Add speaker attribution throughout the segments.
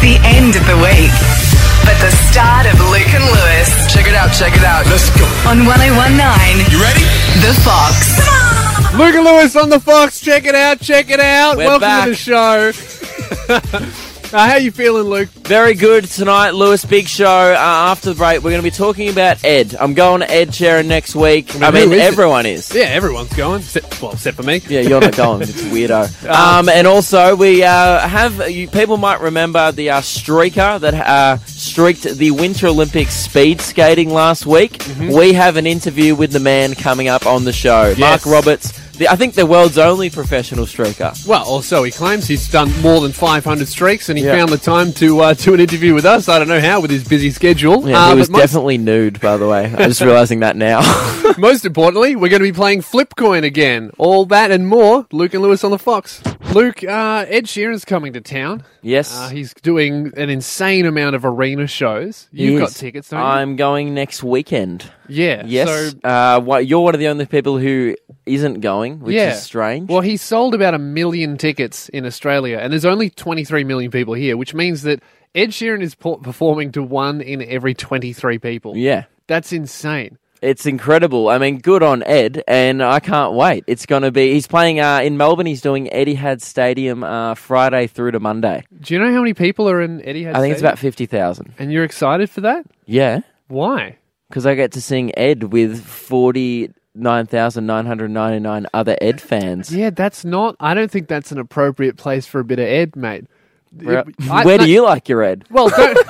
Speaker 1: the end of the week, but the start of Luke and Lewis
Speaker 2: Check it out, check it out. Let's go.
Speaker 1: on 1019
Speaker 2: You ready?
Speaker 1: The Fox.
Speaker 3: Luke and Lewis on the Fox. Check it out. Check it out.
Speaker 4: We're
Speaker 3: Welcome
Speaker 4: back.
Speaker 3: to the show. uh, how you feeling, Luke?
Speaker 4: Very good tonight, Lewis. Big show. Uh, after the break, we're going to be talking about Ed. I'm going to Ed Sharon next week. I
Speaker 3: who
Speaker 4: mean,
Speaker 3: is it?
Speaker 4: everyone is.
Speaker 3: Yeah, everyone's going. Except, well, except for me.
Speaker 4: Yeah, you're not going. It's weirdo. Um, and also, we uh, have you, people might remember the uh, streaker that uh, streaked the Winter Olympics speed skating last week. We have an interview with the man coming up on the show, Mark Roberts. The, I think the world's only professional streaker.
Speaker 3: Well, also he claims he's done more than 500 streaks, and he
Speaker 4: Yeah.
Speaker 3: found the time to uh, do an interview with us. I don't know how with his busy schedule.
Speaker 4: Yeah,
Speaker 3: uh,
Speaker 4: he was
Speaker 3: but most,
Speaker 4: definitely nude, by the way. I'm just realizing that now.
Speaker 3: most importantly, we're going to be playing Flipcoin again. All that and more. Luke and Lewis on the Fox. Luke, uh, Ed Sheeran's coming to town.
Speaker 4: yes.
Speaker 3: Uh, he's doing an insane amount of arena shows. You've
Speaker 4: Yes.
Speaker 3: got tickets, don't you?
Speaker 4: I'm going next weekend.
Speaker 3: yeah.
Speaker 4: Yes.
Speaker 3: So
Speaker 4: uh, wha- you're one of the only people who isn't going, which
Speaker 3: yeah.
Speaker 4: is strange.
Speaker 3: Well, he sold about a million tickets in Australia, and there's only 23 million people here, which means that Ed Sheeran is por- performing to one in every 23 people.
Speaker 4: yeah.
Speaker 3: That's insane.
Speaker 4: It's incredible. I mean, good on Ed, and I can't wait. It's going to be. He's playing uh, in Melbourne. He's doing Etihad Stadium uh, Friday through to Monday.
Speaker 3: Do you know how many people are in Etihad?
Speaker 4: I think it's
Speaker 3: Stadium?
Speaker 4: about fifty thousand.
Speaker 3: And you're excited for that?
Speaker 4: Yeah,
Speaker 3: Why?
Speaker 4: because I get to sing Ed with forty nine thousand nine hundred ninety nine other Ed fans.
Speaker 3: Yeah, that's not. I don't think that's an appropriate place for a bit of Ed, mate.
Speaker 4: Where,
Speaker 3: I-
Speaker 4: where
Speaker 3: no-
Speaker 4: do you like your Ed?
Speaker 3: Well, don't,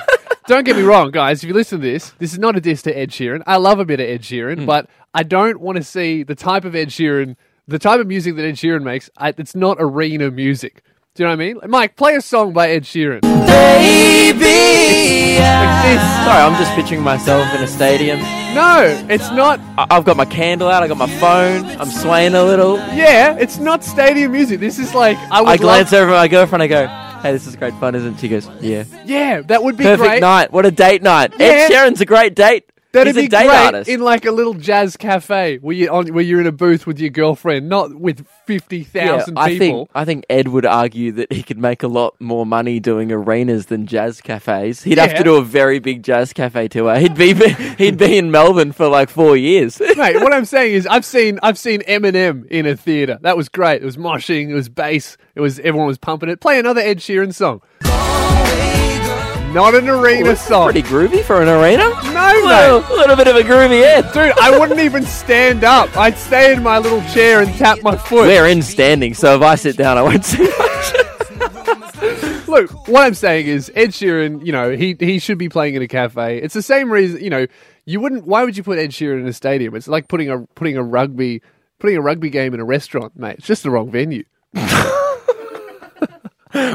Speaker 3: don't get me wrong, guys. If you listen to this, this is not a diss to Ed Sheeran. I love a bit of Ed Sheeran,
Speaker 4: Hmm.
Speaker 3: but I don't want to see the type of Ed Sheeran, the type of music that Ed Sheeran makes. I, it's not arena music. Do you know what I mean? Mike, play a song by Ed Sheeran. Like
Speaker 4: Baby,
Speaker 3: this.
Speaker 4: Sorry, I'm just picturing myself in a stadium.
Speaker 3: No, it's not.
Speaker 4: I- I've got my candle out. I got my phone. I'm swaying a little.
Speaker 3: Yeah, it's not stadium music. This is like I would
Speaker 4: I
Speaker 3: love-
Speaker 4: glance over at my girlfriend. I go, "Hey, this is great fun, isn't it?" She goes, "Yeah."
Speaker 3: Yeah, that would be
Speaker 4: Perfect
Speaker 3: great.
Speaker 4: night. What a date night.
Speaker 3: Yeah.
Speaker 4: Ed Sheeran's a great date.
Speaker 3: That'd
Speaker 4: He's
Speaker 3: be
Speaker 4: a date
Speaker 3: great
Speaker 4: artist.
Speaker 3: in like a little jazz cafe where you on where you're in a booth with your girlfriend, not with fifty
Speaker 4: yeah,
Speaker 3: thousand
Speaker 4: I
Speaker 3: people.
Speaker 4: think I think Ed would argue that he could make a lot more money doing arenas than jazz cafes. He'd have
Speaker 3: Yeah.
Speaker 4: to do a very big jazz cafe tour. He'd be he'd be in Melbourne for like four years.
Speaker 3: Mate, what I'm saying is, I've seen I've seen Eminem in a theater. That was great. It was moshing. It was bass. It was everyone was pumping it. Play another Ed Sheeran song. Not an arena
Speaker 4: That's
Speaker 3: song,
Speaker 4: pretty groovy for an arena.
Speaker 3: No,
Speaker 4: Well, a little bit of a groovy Ed.
Speaker 3: dude. I wouldn't even stand up. I'd stay in my little chair and tap my foot.
Speaker 4: We're in standing, so if I sit down, I won't see much.
Speaker 3: Look, what I'm saying is, Ed Sheeran. You know, he he should be playing in a cafe. It's the same reason. You know, you wouldn't. Why would you put Ed Sheeran in a stadium? It's like putting a putting a rugby putting a rugby game in a restaurant, mate. It's just the wrong venue.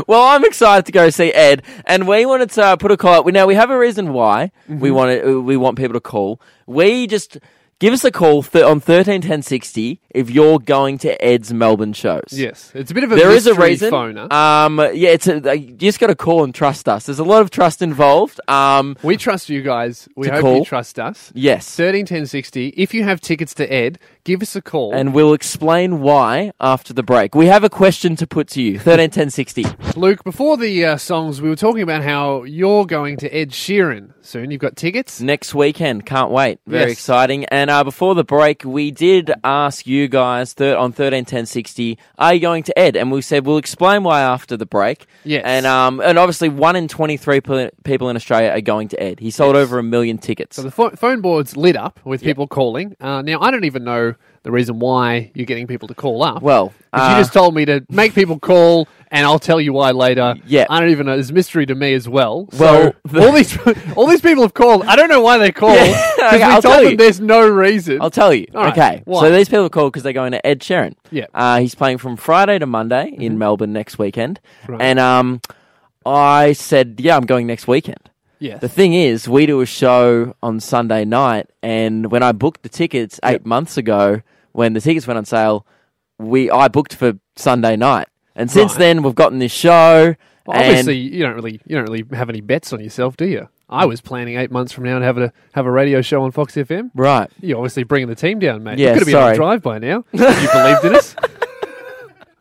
Speaker 4: Well, I'm excited to go see Ed, and we wanted to uh, put a call. out. We now we have a reason why we want to, we want people to call. We just give us a call th- on thirteen ten sixty if you're going to Ed's Melbourne shows.
Speaker 3: Yes, it's a bit of a
Speaker 4: There is a
Speaker 3: mystery
Speaker 4: reason.
Speaker 3: Phoner.
Speaker 4: Um, yeah, it's a, like, you just got to call and trust us. There's a lot of trust involved. Um,
Speaker 3: We trust you guys. We
Speaker 4: To
Speaker 3: hope you
Speaker 4: call.
Speaker 3: trust us.
Speaker 4: yes,
Speaker 3: 13 10 60. If you have tickets to Ed, give us a call.
Speaker 4: and we'll explain why after the break. We have a question to put to you. Thirteen ten sixty.
Speaker 3: Luke, before the uh, songs, we were talking about how you're going to Ed Sheeran soon. You've got tickets.
Speaker 4: next weekend. Can't wait. Very
Speaker 3: Yes.
Speaker 4: exciting. And uh, before the break, we did ask you guys thir- on thirteen ten sixty, are you going to Ed? And we said we'll explain why after the break.
Speaker 3: Yes.
Speaker 4: And um and obviously one in twenty three people in Australia are going to Ed. He sold over a million tickets.
Speaker 3: So the pho- phone board's lit up with people calling. Uh, now, I don't even know the reason why you're getting people to call up.
Speaker 4: well,
Speaker 3: 'Cause
Speaker 4: uh,
Speaker 3: you just told me to make people call, and I'll tell you why later.
Speaker 4: Yeah.
Speaker 3: I don't even know. It's a mystery to me as well.
Speaker 4: Well,
Speaker 3: so, all these all these people have called. I don't know why they called.
Speaker 4: Yeah.
Speaker 3: Because
Speaker 4: Okay,
Speaker 3: we
Speaker 4: I'll
Speaker 3: told
Speaker 4: tell
Speaker 3: them
Speaker 4: you.
Speaker 3: there's no reason.
Speaker 4: I'll tell you.
Speaker 3: All right.
Speaker 4: Okay.
Speaker 3: Why?
Speaker 4: So these people are called because they're going to Ed Sheeran.
Speaker 3: Yeah. Mm-hmm.
Speaker 4: Uh, he's playing from Friday to Monday in Melbourne next weekend.
Speaker 3: Right.
Speaker 4: And um, I said, yeah, I'm going next weekend.
Speaker 3: Yes.
Speaker 4: The thing is, we do a show on Sunday night, and when I booked the tickets eight months ago, when the tickets went on sale, we I booked for Sunday night, and since
Speaker 3: Right.
Speaker 4: then we've gotten this show.
Speaker 3: Well,
Speaker 4: and-
Speaker 3: obviously, you don't really you don't really have any bets on yourself, do you? I was planning eight months from now to have a have a radio show on Fox FM.
Speaker 4: right?
Speaker 3: You're obviously bringing the team down, mate. you
Speaker 4: Yeah,
Speaker 3: could have been on
Speaker 4: sorry.
Speaker 3: a drive by now. if you believed in us.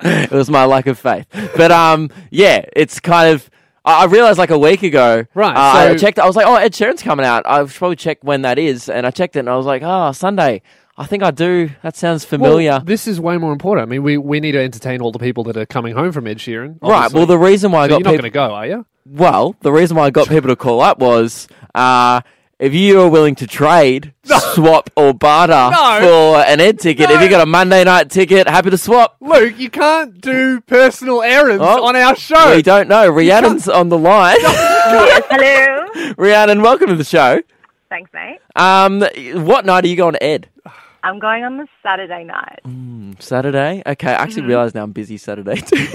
Speaker 4: It was my lack of faith, but um, yeah, it's kind of. I, I realized like a week ago.
Speaker 3: Right,
Speaker 4: uh, I
Speaker 3: so-
Speaker 4: checked. I was like, oh, Ed Sheeran's coming out. I should probably check when that is. And I checked it, and I was like, oh, Sunday. I think I do. That sounds
Speaker 3: Well,
Speaker 4: familiar.
Speaker 3: this is way more important. I mean, we, we need to entertain all the people that are coming home from Ed Sheeran.
Speaker 4: Right.
Speaker 3: obviously.
Speaker 4: Well, the reason why I
Speaker 3: So
Speaker 4: got
Speaker 3: you're not
Speaker 4: people.
Speaker 3: going to go, are you?
Speaker 4: Well, the reason why I got people to call up was uh, if you are willing to trade, swap, or barter
Speaker 3: No.
Speaker 4: for an Ed ticket, if
Speaker 3: No.
Speaker 4: you got a Monday night ticket, happy to swap.
Speaker 3: Luke, you can't do personal errands
Speaker 4: Oh,
Speaker 3: on our show.
Speaker 4: We don't know. Rhiannon's on the line.
Speaker 5: Hello.
Speaker 4: Rhiannon, welcome to the show.
Speaker 5: Thanks, mate.
Speaker 4: Um, what night are you going to Ed?
Speaker 5: I'm going on the Saturday night.
Speaker 4: Saturday? Okay, I
Speaker 3: Mm-hmm.
Speaker 4: actually realise now I'm busy Saturday too.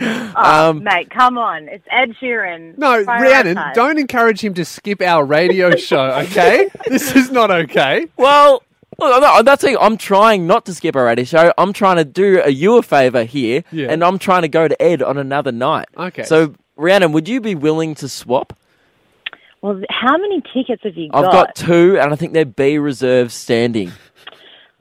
Speaker 5: Oh,
Speaker 4: Um,
Speaker 5: mate, come on. It's Ed Sheeran.
Speaker 3: No,
Speaker 5: Prioritize.
Speaker 3: Rhiannon, don't encourage him to skip our radio show, okay? this is not okay.
Speaker 4: Well, look, I'm not- that's the thing. I'm trying not to skip a radio show. I'm trying to do a you a favor here,
Speaker 3: Yeah.
Speaker 4: and I'm trying to go to Ed on another night.
Speaker 3: Okay.
Speaker 4: So, Rhiannon, would you be willing to swap?
Speaker 5: Well, how many tickets have you got?
Speaker 4: I've got two, and I think they're B reserve standing.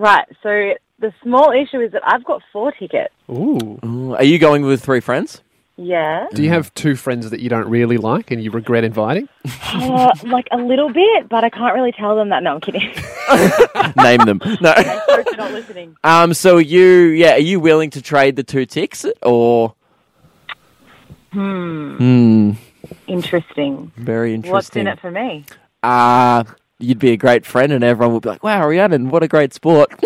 Speaker 5: Right, so the small issue is that I've got four tickets.
Speaker 3: Ooh.
Speaker 4: Ooh, Mm, Are you going with three friends?
Speaker 5: Yeah.
Speaker 3: Do you have two friends that you don't really like and you regret inviting?
Speaker 5: Uh, like a little bit, but I can't really tell them that. No, I'm kidding.
Speaker 4: Name them. No.
Speaker 5: Sorry for not listening.
Speaker 4: Um. So are you, yeah, are you willing to trade the two ticks, or
Speaker 5: Interesting.
Speaker 4: very interesting?
Speaker 5: What's in it for me?
Speaker 4: Ah, you'd be a great friend, and everyone would be like, "Wow, Rhiannon, what a great sport."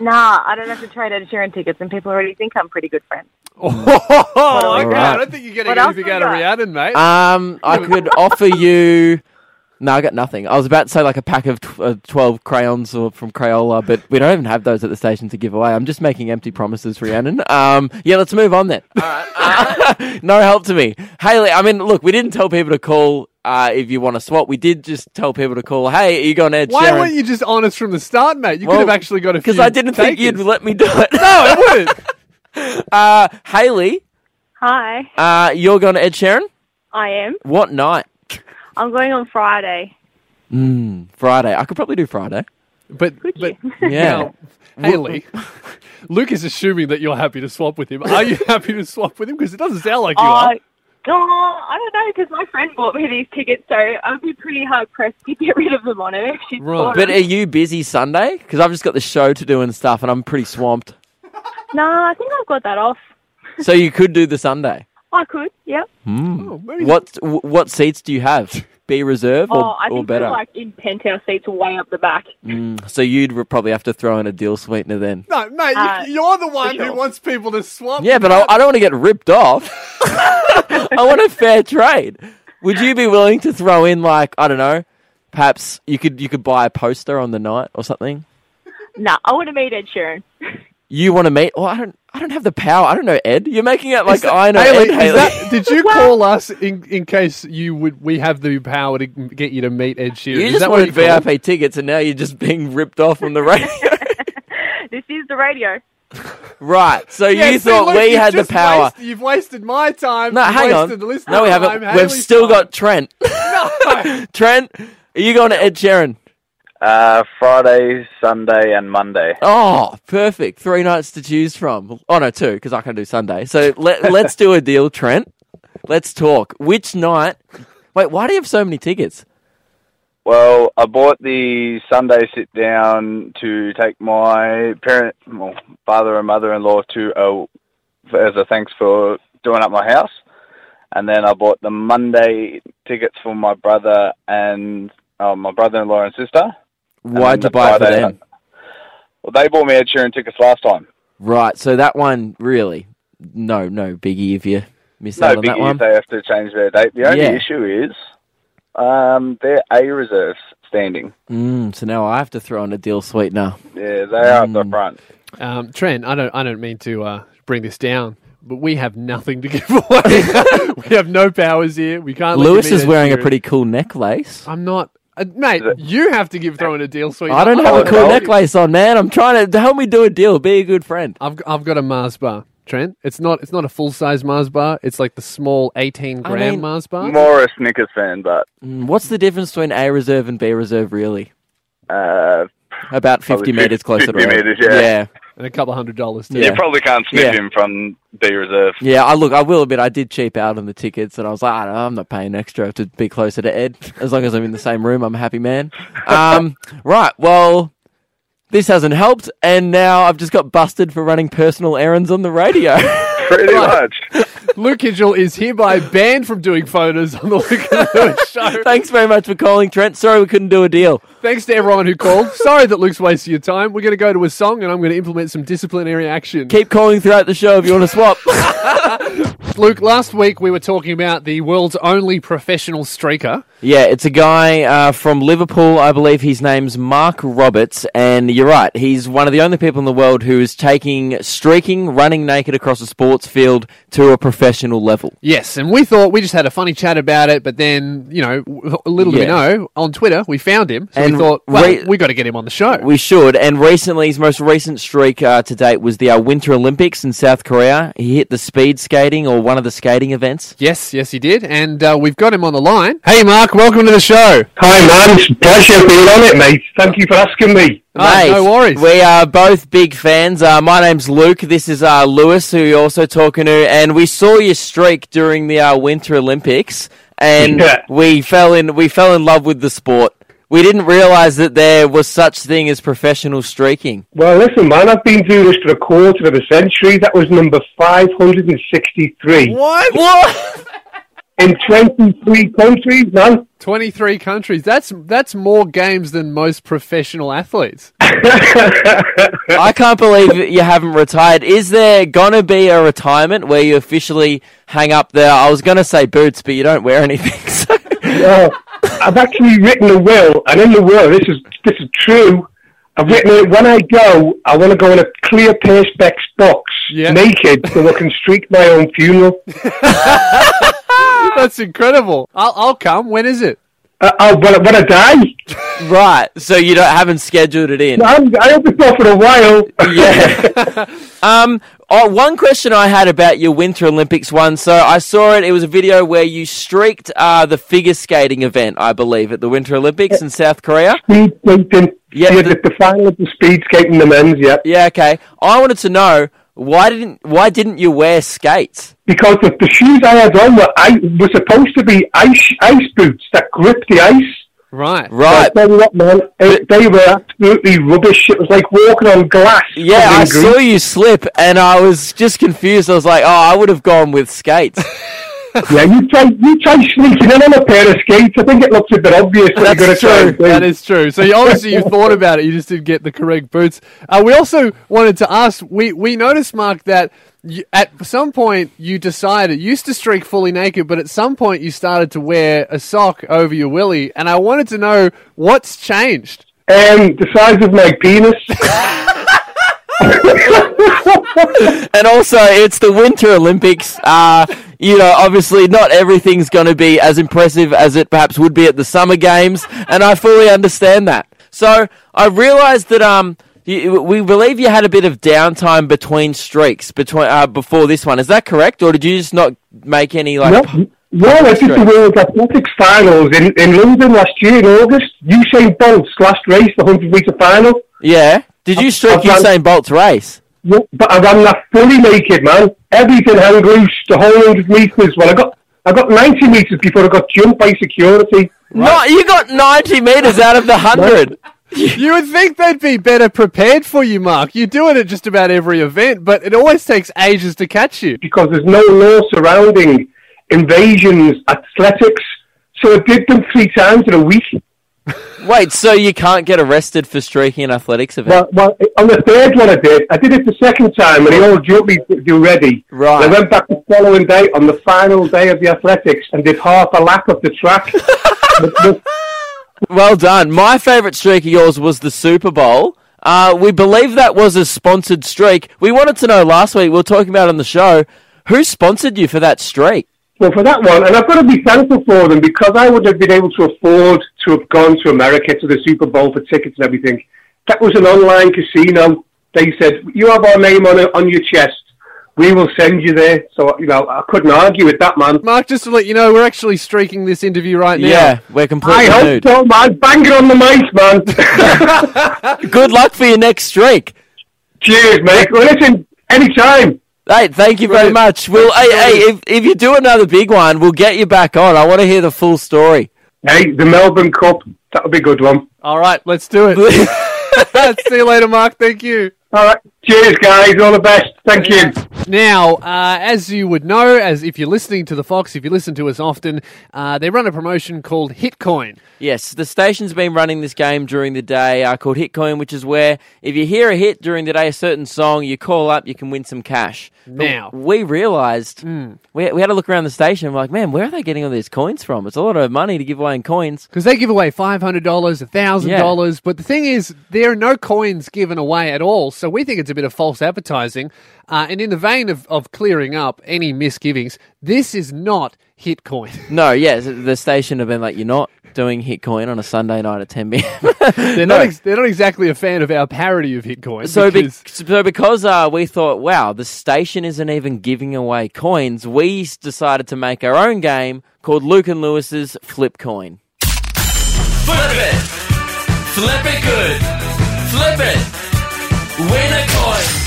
Speaker 5: Nah, I don't have to trade Ed Sheeran tickets, and people already think I'm pretty good friends.
Speaker 3: Oh, okay.
Speaker 4: right.
Speaker 3: I don't think you're getting
Speaker 5: What else
Speaker 3: anything
Speaker 5: we
Speaker 3: out of
Speaker 5: got?
Speaker 3: Rhiannon, mate.
Speaker 4: Um, I could offer you. No, I got nothing. I was about to say like a pack of tw- uh, twelve crayons or from Crayola, but we don't even have those at the station to give away. I'm just making empty promises, Rhiannon. Um, yeah, let's move on then. no help to me, Haley. I mean, look, we didn't tell people to call uh, if you want to swap. We did just tell people to call. Hey, are you going Ed
Speaker 3: Why
Speaker 4: Sheeran?
Speaker 3: weren't you just honest from the start, mate? You
Speaker 4: Well,
Speaker 3: could have actually got a few.
Speaker 4: Because I didn't think
Speaker 3: takers.
Speaker 4: you'd let me do it.
Speaker 3: No, it wouldn't.
Speaker 4: Uh, Haley,
Speaker 5: Hi,
Speaker 4: uh, you're going to Ed Sheeran.
Speaker 5: I am.
Speaker 4: What night?
Speaker 5: I'm going on Friday.
Speaker 4: Friday. I could probably do Friday.
Speaker 3: But, but
Speaker 4: Yeah.
Speaker 3: Haley, Luke is assuming that you're happy to swap with him. Are you happy to swap with him? Because it doesn't sound like you are.
Speaker 5: Oh, God, I don't know because my friend bought me these tickets, so I'd be pretty hard pressed to get rid of them on her. If she's
Speaker 3: Right.
Speaker 5: bought
Speaker 4: But
Speaker 5: them.
Speaker 4: are you busy Sunday? Because I've just got the show to do and stuff, and I'm pretty swamped.
Speaker 5: no, I think I've got that off.
Speaker 4: So you could do the Sunday.
Speaker 5: I could, yep.
Speaker 3: Oh, maybe-
Speaker 4: What w- what seats do you have? Be reserve or,
Speaker 5: oh, I
Speaker 4: or
Speaker 5: think
Speaker 4: better?
Speaker 5: they're like in penthouse seats way up the back.
Speaker 4: so you'd re- probably have to throw in a deal sweetener then.
Speaker 3: No, mate, you-
Speaker 5: Uh,
Speaker 3: you're the one who
Speaker 5: sure.
Speaker 3: wants people to swap.
Speaker 4: Yeah, but I, I don't want to get ripped off. I want a fair trade. Would you be willing to throw in like I don't know? Perhaps you could you could buy a poster on the night or something.
Speaker 5: Nah, I want to meet Ed Sheeran.
Speaker 4: You want to meet? Well, I don't. I don't have the power. I don't know Ed. You're making it like I know
Speaker 3: Haley,
Speaker 4: Ed.
Speaker 3: is
Speaker 4: Haley.
Speaker 3: that- did you call us in, in case you would we have the power to get you to meet Ed Sheeran?
Speaker 4: You
Speaker 3: Is
Speaker 4: just
Speaker 3: that what
Speaker 4: wanted
Speaker 3: you called?
Speaker 4: VIP tickets, and now you're just being ripped off on the radio.
Speaker 5: This is the radio.
Speaker 4: right. So
Speaker 3: Yeah,
Speaker 4: you
Speaker 3: see,
Speaker 4: thought
Speaker 3: Luke,
Speaker 4: we
Speaker 3: you've
Speaker 4: had the
Speaker 3: just
Speaker 4: power.
Speaker 3: waste- you've wasted my time.
Speaker 4: No,
Speaker 3: you've
Speaker 4: hang on.
Speaker 3: wasted The listener's
Speaker 4: No, we haven't.
Speaker 3: time,
Speaker 4: We've
Speaker 3: Haley's
Speaker 4: still
Speaker 3: time.
Speaker 4: got Trent. Trent, are you going to Ed Sheeran?
Speaker 6: Uh, Friday, Sunday, and Monday.
Speaker 4: Oh, perfect. Three nights to choose from. Oh no, two because I can do Sunday. So let let's do a deal, Trent. Let's talk. Which night? Wait, why do you have so many tickets?
Speaker 6: Well, I bought the Sunday sit down to take my parent, well, father and mother-in-law to a, as a thanks for doing up my house, and then I bought the Monday tickets for my brother and uh, my brother-in-law and sister. and
Speaker 4: Why'd you
Speaker 6: then the
Speaker 4: buy it for
Speaker 6: Friday-
Speaker 4: them?
Speaker 6: Well, they bought me Ed Sheeran tickets last time.
Speaker 4: Right. So that one really, no, no biggie if you miss
Speaker 6: No
Speaker 4: out on that
Speaker 6: biggie
Speaker 4: one.
Speaker 6: if they have to change their date. The only
Speaker 4: Yeah.
Speaker 6: issue is um, they're A reserves standing.
Speaker 4: Mm, so now I have to throw in a deal sweetener.
Speaker 6: Yeah, they are up
Speaker 4: Hmm.
Speaker 6: the front.
Speaker 3: Um, Trent, I don't, I don't mean to uh, bring this down, but we have nothing to give away. we have no powers here. We can't. let you
Speaker 4: Lewis
Speaker 3: meet
Speaker 4: is
Speaker 3: Ed
Speaker 4: wearing a
Speaker 3: Sheeran.
Speaker 4: pretty cool necklace.
Speaker 3: I'm not, uh, mate. You have to give throwing a deal. So
Speaker 4: I don't have a
Speaker 6: I'll
Speaker 4: cool
Speaker 6: help you.
Speaker 4: necklace on, man. I'm trying to help me do a deal. Be a good friend.
Speaker 3: I've, I've got a Mars bar, Trent. It's not, it's not a full size Mars bar. It's like the small 18 gram
Speaker 4: mean-
Speaker 3: Mars bar.
Speaker 6: More a Snickers fan, but
Speaker 4: Mm, What's the difference between A reserve and B reserve, really?
Speaker 6: uh,
Speaker 4: About 50
Speaker 6: Probably
Speaker 4: metres closer to
Speaker 6: 50
Speaker 4: road.
Speaker 6: metres, yeah.
Speaker 3: and a couple of hundred dollars too.
Speaker 4: Yeah.
Speaker 6: You probably can't sniff
Speaker 4: Yeah.
Speaker 6: him from B reserve.
Speaker 4: Yeah, I look, I will admit I did cheap out on the tickets, and I was like, "Ah, no, I'm not paying extra to be closer to Ed. As long as I'm in the same room, I'm a happy man. Um, right, well, this hasn't helped, and now I've just got busted for running personal errands on the radio.
Speaker 6: Pretty much.
Speaker 3: Luke Hitchell is hereby banned from doing photos on the Luke and Lewis show.
Speaker 4: Thanks very much for calling, Trent. Sorry we couldn't do a deal.
Speaker 3: Thanks to everyone who called. Sorry that Luke's wasted your time. We're going to go to a song, and I'm going to implement some disciplinary action.
Speaker 4: Keep calling throughout the show if you want to swap.
Speaker 3: Luke, last week we were talking about the world's only professional streaker.
Speaker 4: Yeah, it's a guy uh, from Liverpool. I believe his name's Mark Roberts, and you're right. He's one of the only people in the world who is taking streaking, running naked across a sports field to a professional level.
Speaker 3: Yes, and we thought we just had a funny chat about it, but then you know, w- little do we
Speaker 4: Yeah.
Speaker 3: know, on Twitter we found him, so we
Speaker 4: And
Speaker 3: thought, well,
Speaker 4: re-
Speaker 3: we got to get him on the show.
Speaker 4: We should. And recently, his most recent streak uh, to date was the uh, Winter Olympics in South Korea. He hit the speed skating or one of the skating events.
Speaker 3: yes, yes, he did, and uh, we've got him on the line. Hey, Mark, welcome to the show.
Speaker 7: Hi, man. It's a pleasure being on it, mate. Thank you for asking me.
Speaker 3: Oh, no worries.
Speaker 4: We are both big fans. Uh, my name's Luke. This is uh, Lewis, who you're also talking to. And we saw your streak during the uh, Winter Olympics, and
Speaker 7: Yeah.
Speaker 4: we fell in we fell in love with the sport. We didn't realise that there was such thing as professional streaking.
Speaker 7: Well, listen, man, I've been doing this for a quarter of a century. That was number 563.
Speaker 4: What? What?
Speaker 7: In 23 countries, man.
Speaker 3: Twenty-three countries. That's that's more games than most professional athletes.
Speaker 4: I can't believe you haven't retired. Is there gonna be a retirement where you officially hang up there? I was gonna say boots, but you don't wear anything. So.
Speaker 7: Uh, I've actually written a will, and in the will, this is, this is true. I've written it, when I go, I want to go in a clear perspex box,
Speaker 3: Yeah.
Speaker 7: naked, so I can streak my own funeral.
Speaker 3: that's incredible. I'll, I'll come. When is it?
Speaker 7: Uh, oh, when, I- when I die?
Speaker 4: Right. So you don't haven't scheduled it in.
Speaker 7: I'm, I hope it's not for a while.
Speaker 4: Yeah. um. Oh, one question I had about your Winter Olympics one. So I saw it. It was a video where you streaked uh, the figure skating event, I believe, at the Winter Olympics in South Korea.
Speaker 7: speed skating.
Speaker 4: Yeah,
Speaker 7: Yeah, the,
Speaker 4: the-
Speaker 7: the, final of the speed skating, the men's, yeah.
Speaker 4: Yeah. Okay. I wanted to know why didn't why didn't you wear skates?
Speaker 7: Because the, the shoes I had on were, I, were supposed to be ice, ice boots that gripped the ice.
Speaker 3: Right.
Speaker 4: Right.
Speaker 7: I tell you what, man, eh, they were absolutely rubbish. It was like walking on glass.
Speaker 4: Yeah,
Speaker 7: up in
Speaker 4: I
Speaker 7: Greece.
Speaker 4: saw you slip, and I was just confused. I was like, "Oh, I would have gone with skates."
Speaker 7: Yeah, you try, you try sneaking in on a pair of skates. I think it looks a bit obvious what you're going
Speaker 4: That's
Speaker 7: to try
Speaker 4: true.
Speaker 7: and do.
Speaker 3: That is true. So you, obviously you thought about it. You just didn't get the correct boots. Uh, we also wanted to ask. We we noticed, Mark, that you, at some point you decided you used to streak fully naked, but at some point you started to wear a sock over your willy. And I wanted to know what's changed.
Speaker 7: Um, the size of my penis.
Speaker 4: And also, it's the Winter Olympics. Uh, you know, obviously, not everything's going to be as impressive as it perhaps would be at the Summer Games, and I fully understand that. So I realised that um, you, we believe you had a bit of downtime between streaks between uh, before this one. Is that correct, or did you just not make any like?
Speaker 7: No,
Speaker 4: p-
Speaker 7: well, I did the
Speaker 4: Right.
Speaker 7: World Athletics Finals in, in London last year in August. Usain Bolt's last race, the 100 metre final.
Speaker 4: Yeah. Did you streak
Speaker 7: I've done-
Speaker 4: Usain Bolt's race?
Speaker 7: Yeah, But I ran that fully naked, man. Everything hung loose, the whole 100 metres. Well, I got I got 90 metres before I got jumped by security.
Speaker 4: No, you got ninety meters out of the hundred.
Speaker 3: You would think they'd be better prepared for you, Mark. You do it at just about every event, but it always takes ages to catch you.
Speaker 7: because there's no law surrounding invasions, athletics. So I did them three times in a week.
Speaker 4: Wait, so you can't get arrested for streaking an athletics event?
Speaker 7: Well, well, on the third one I did, I did it the second time, and they all jumped me, you ready?
Speaker 4: Right.
Speaker 7: And I went back the following day on the final day of the athletics and did half a lap of the track. But- but-
Speaker 4: Well done. My favourite streak of yours was the Super Bowl. Uh, we believe that was a sponsored streak. We wanted to know last week, we were talking about on the show, who sponsored you for that streak?
Speaker 7: Well, for that one, and I've got to be thankful for them because I would have been able to afford to have gone to America to the Super Bowl for tickets and everything. That was an online casino. They said, "You have our name on a, on your chest. We will send you there." So you know, I couldn't argue with that man.
Speaker 3: Mark, just to let you know, we're actually streaking this interview right now.
Speaker 4: Yeah, we're
Speaker 7: I
Speaker 4: completely
Speaker 7: hope
Speaker 4: nude.
Speaker 7: so, man. Bang it on the mic, man.
Speaker 4: Good luck for your next streak.
Speaker 7: Cheers, mate. Well, listen, anytime.
Speaker 4: Hey, thank you very
Speaker 3: Brilliant.
Speaker 4: much. We'll, hey, hey, if, if you do another big one, we'll get you back on. I want to hear the full story.
Speaker 7: Hey, the Melbourne Cup. That'll be a good one.
Speaker 3: All right, let's do it. See you later, Mark. Thank you.
Speaker 7: All right. Cheers, guys. All the best. Thank you.
Speaker 3: Now, uh, as you would know, as if you're listening to the Fox, if you listen to us often, uh, they run a promotion called Hitcoin.
Speaker 4: Yes, the station's been running this game during the day uh, called Hitcoin, which is where if you hear a hit during the day, a certain song, you call up, you can win some cash. But
Speaker 3: Now.
Speaker 4: we realised we, we had a look around the station. We're like, man, where are they getting all these coins from? It's a lot of money to give away in coins.
Speaker 3: Because they give away five hundred dollars, thousand dollars, but the thing is, there are no coins given away at all. So we think it's a bit of false advertising. Uh, and in the vein of, of clearing up any misgivings, this is not Hitcoin.
Speaker 4: No, yes, the station have been like, you're not doing Hitcoin on a Sunday night at 10 p.m.
Speaker 3: They're not. Ex- they're not exactly a fan of our parody of Hitcoin.
Speaker 4: So, be-
Speaker 3: because
Speaker 4: so because uh, we thought, wow, the station isn't even giving away coins, we s- decided to make our own game called Luke and Lewis's Flip Coin.
Speaker 2: Flip it. Flip it good. Flip it. Win a coin.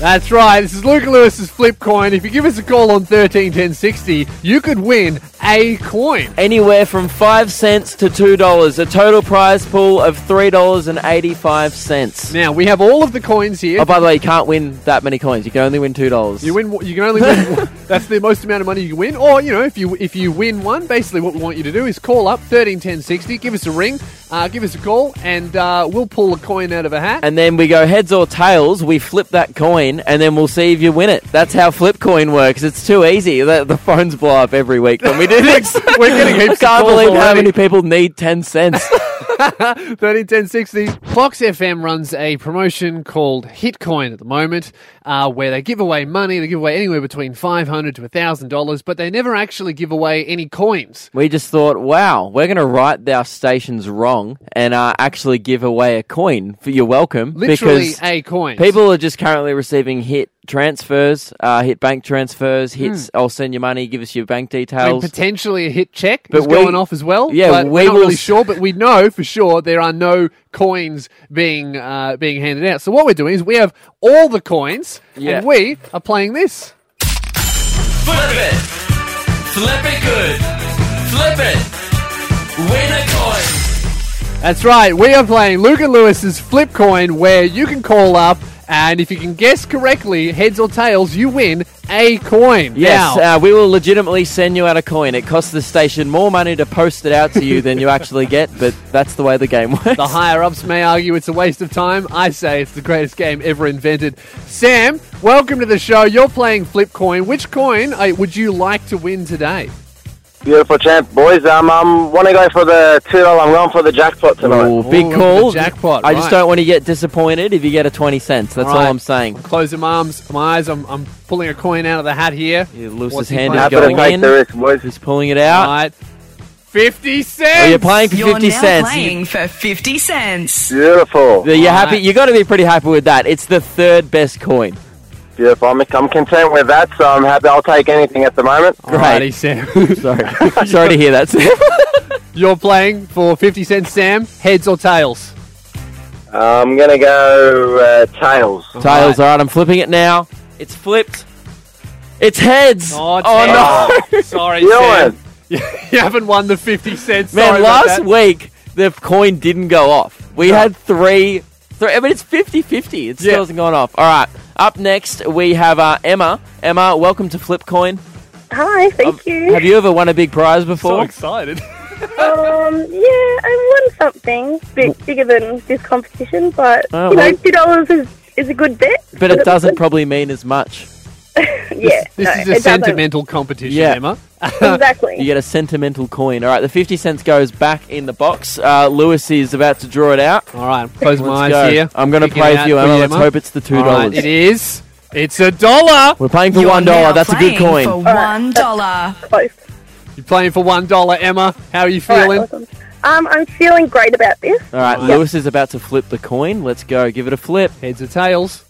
Speaker 3: that's right. This is Luke Lewis's flip coin. If you give us a call on thirteen ten sixty, you could win a coin.
Speaker 4: Anywhere from 5 cents to $2, a total prize pool of $3.85.
Speaker 3: Now we have all of the coins here.
Speaker 4: Oh, by the way, you can't win that many coins. You can only win $2.
Speaker 3: You win. You can only win. one- that's the most amount of money you can win. Or you know, if you if you win one, basically what we want you to do is call up thirteen ten sixty, give us a ring, uh, give us a call, and uh, we'll pull a coin out of a hat.
Speaker 4: and then we go heads or tails. We flip that coin, and then we'll see if you win it. That's how flip coin works. It's too easy. The, the phones blow up every week when we do this.
Speaker 3: We're getting
Speaker 4: I
Speaker 3: heaps of
Speaker 4: can't
Speaker 3: calls
Speaker 4: believe how
Speaker 3: already.
Speaker 4: many people need ten cents.
Speaker 3: Thirteen ten sixty. Fox FM runs a promotion called Hitcoin at the moment, uh, where they give away money. They give away anywhere between five hundred to thousand dollars, but they never actually give away any coins.
Speaker 4: we just thought, wow, we're going to write our stations wrong and uh, actually give away a coin. For you're welcome.
Speaker 3: Literally
Speaker 4: because
Speaker 3: a coin.
Speaker 4: People are just currently receiving hit transfers, uh, hit bank transfers, hits.
Speaker 3: Hmm.
Speaker 4: I'll send you money. Give us your bank
Speaker 3: I mean,
Speaker 4: details.
Speaker 3: potentially a hit check
Speaker 4: But
Speaker 3: is
Speaker 4: we-
Speaker 3: going off as well.
Speaker 4: Yeah,
Speaker 3: but
Speaker 4: we
Speaker 3: we're not
Speaker 4: will
Speaker 3: really
Speaker 4: s-
Speaker 3: sure. But we know for sure there are no coins being uh, being handed out. So what we're doing is we have all the coins,
Speaker 4: Yeah.
Speaker 3: and we are playing this.
Speaker 2: Flip it. Flip it good. Flip it. Win a coin.
Speaker 3: That's right. We are playing Luke and Lewis's flip coin, where you can call up, and if you can guess correctly, heads or tails, you win a coin.
Speaker 4: Yes,
Speaker 3: Now,
Speaker 4: uh, we will legitimately send you out a coin. It costs the station more money to post it out to you than you actually get, but that's the way the game works.
Speaker 3: The higher ups may argue it's a waste of time. I say it's the greatest game ever invented. Sam, welcome to the show. You're playing Flip Coin. Which coin uh, would you like to win today?
Speaker 6: Beautiful champ, boys. Um, um, want to go for the two dollar. I'm going for the jackpot tonight.
Speaker 4: Ooh,
Speaker 3: Ooh,
Speaker 4: big
Speaker 3: look at
Speaker 4: call.
Speaker 3: Oh, the jackpot,
Speaker 4: I just
Speaker 3: right.
Speaker 4: don't want to get disappointed if you get a 20 cents. That's all
Speaker 3: Right.
Speaker 4: I'm saying.
Speaker 3: Close them arms, my eyes. I'm, I'm pulling a coin out of the hat here.
Speaker 4: Yeah, Lewis's
Speaker 3: What's he
Speaker 4: hand
Speaker 3: playing?
Speaker 4: is
Speaker 6: Happy
Speaker 4: going
Speaker 6: to take
Speaker 4: in.
Speaker 6: the risk, boys.
Speaker 4: He's pulling it out.
Speaker 3: All right. 50
Speaker 4: Oh,
Speaker 3: cents.
Speaker 4: you're playing for
Speaker 1: You're
Speaker 4: 50
Speaker 1: now
Speaker 4: cents.
Speaker 1: playing for 50 cents.
Speaker 6: Beautiful.
Speaker 4: You- You're
Speaker 3: All
Speaker 4: happy.
Speaker 3: right.
Speaker 4: You got to be pretty happy with that. It's the third best coin.
Speaker 6: Beautiful. I'm, I'm content with that, so I'm happy. I'll take anything at the moment.
Speaker 3: Alrighty, Sam.
Speaker 4: Sorry, sorry to hear that. Sam.
Speaker 3: You're playing for 50 cents, Sam. Heads or tails?
Speaker 6: I'm gonna go uh, tails.
Speaker 4: Tails. All right, I'm flipping it now. It's flipped. It's heads.
Speaker 3: Oh,
Speaker 4: Oh,
Speaker 3: no. Sorry,
Speaker 6: You know
Speaker 3: Sam.
Speaker 6: what?
Speaker 3: You haven't won the 50 cents.
Speaker 4: Man,
Speaker 3: Sorry about
Speaker 4: last
Speaker 3: that.
Speaker 4: week the coin didn't go off. We had three, three. I mean, it's 50-50. It still
Speaker 3: Yeah.
Speaker 4: hasn't gone off. All right. Up next, we have uh, Emma. Emma, welcome to Flipcoin.
Speaker 5: Hi, thank you.
Speaker 4: Um, Have you ever won a big prize
Speaker 3: So
Speaker 4: before?
Speaker 3: excited.
Speaker 5: Um, yeah, I won something a bit bigger than this competition, but
Speaker 4: Oh,
Speaker 5: you
Speaker 4: well-
Speaker 5: know, two dollars is, is a good bet.
Speaker 4: but it doesn't probably mean as much.
Speaker 5: yeah,
Speaker 3: This
Speaker 5: no,
Speaker 3: is
Speaker 5: it
Speaker 3: a
Speaker 5: doesn't.
Speaker 3: sentimental competition,
Speaker 4: Yeah.
Speaker 3: Emma.
Speaker 4: You
Speaker 5: Exactly.
Speaker 4: get a sentimental coin. All right, the 50 cents goes back in the box. Uh, Lewis is about to draw it out.
Speaker 3: All right, I'm closing my eyes
Speaker 4: Let's go.
Speaker 3: here.
Speaker 4: I'm going to
Speaker 3: Kick it
Speaker 4: play
Speaker 3: out
Speaker 4: for you,
Speaker 3: for
Speaker 4: Emma.
Speaker 3: you,
Speaker 4: Let's
Speaker 3: Emma.
Speaker 4: hope it's the $2.
Speaker 3: All right, it is. It's a dollar.
Speaker 4: We're playing for
Speaker 1: You're
Speaker 4: $1.
Speaker 1: now
Speaker 4: That's a good
Speaker 1: playing
Speaker 4: coin.
Speaker 1: For one dollar.
Speaker 5: Close.
Speaker 3: You're playing for one dollar, Emma. How are you
Speaker 5: All right,
Speaker 3: feeling?
Speaker 5: awesome. Um, I'm feeling great about this.
Speaker 4: All right, Lewis is about to flip the coin. Let's go. Give it a flip.
Speaker 3: Heads or tails?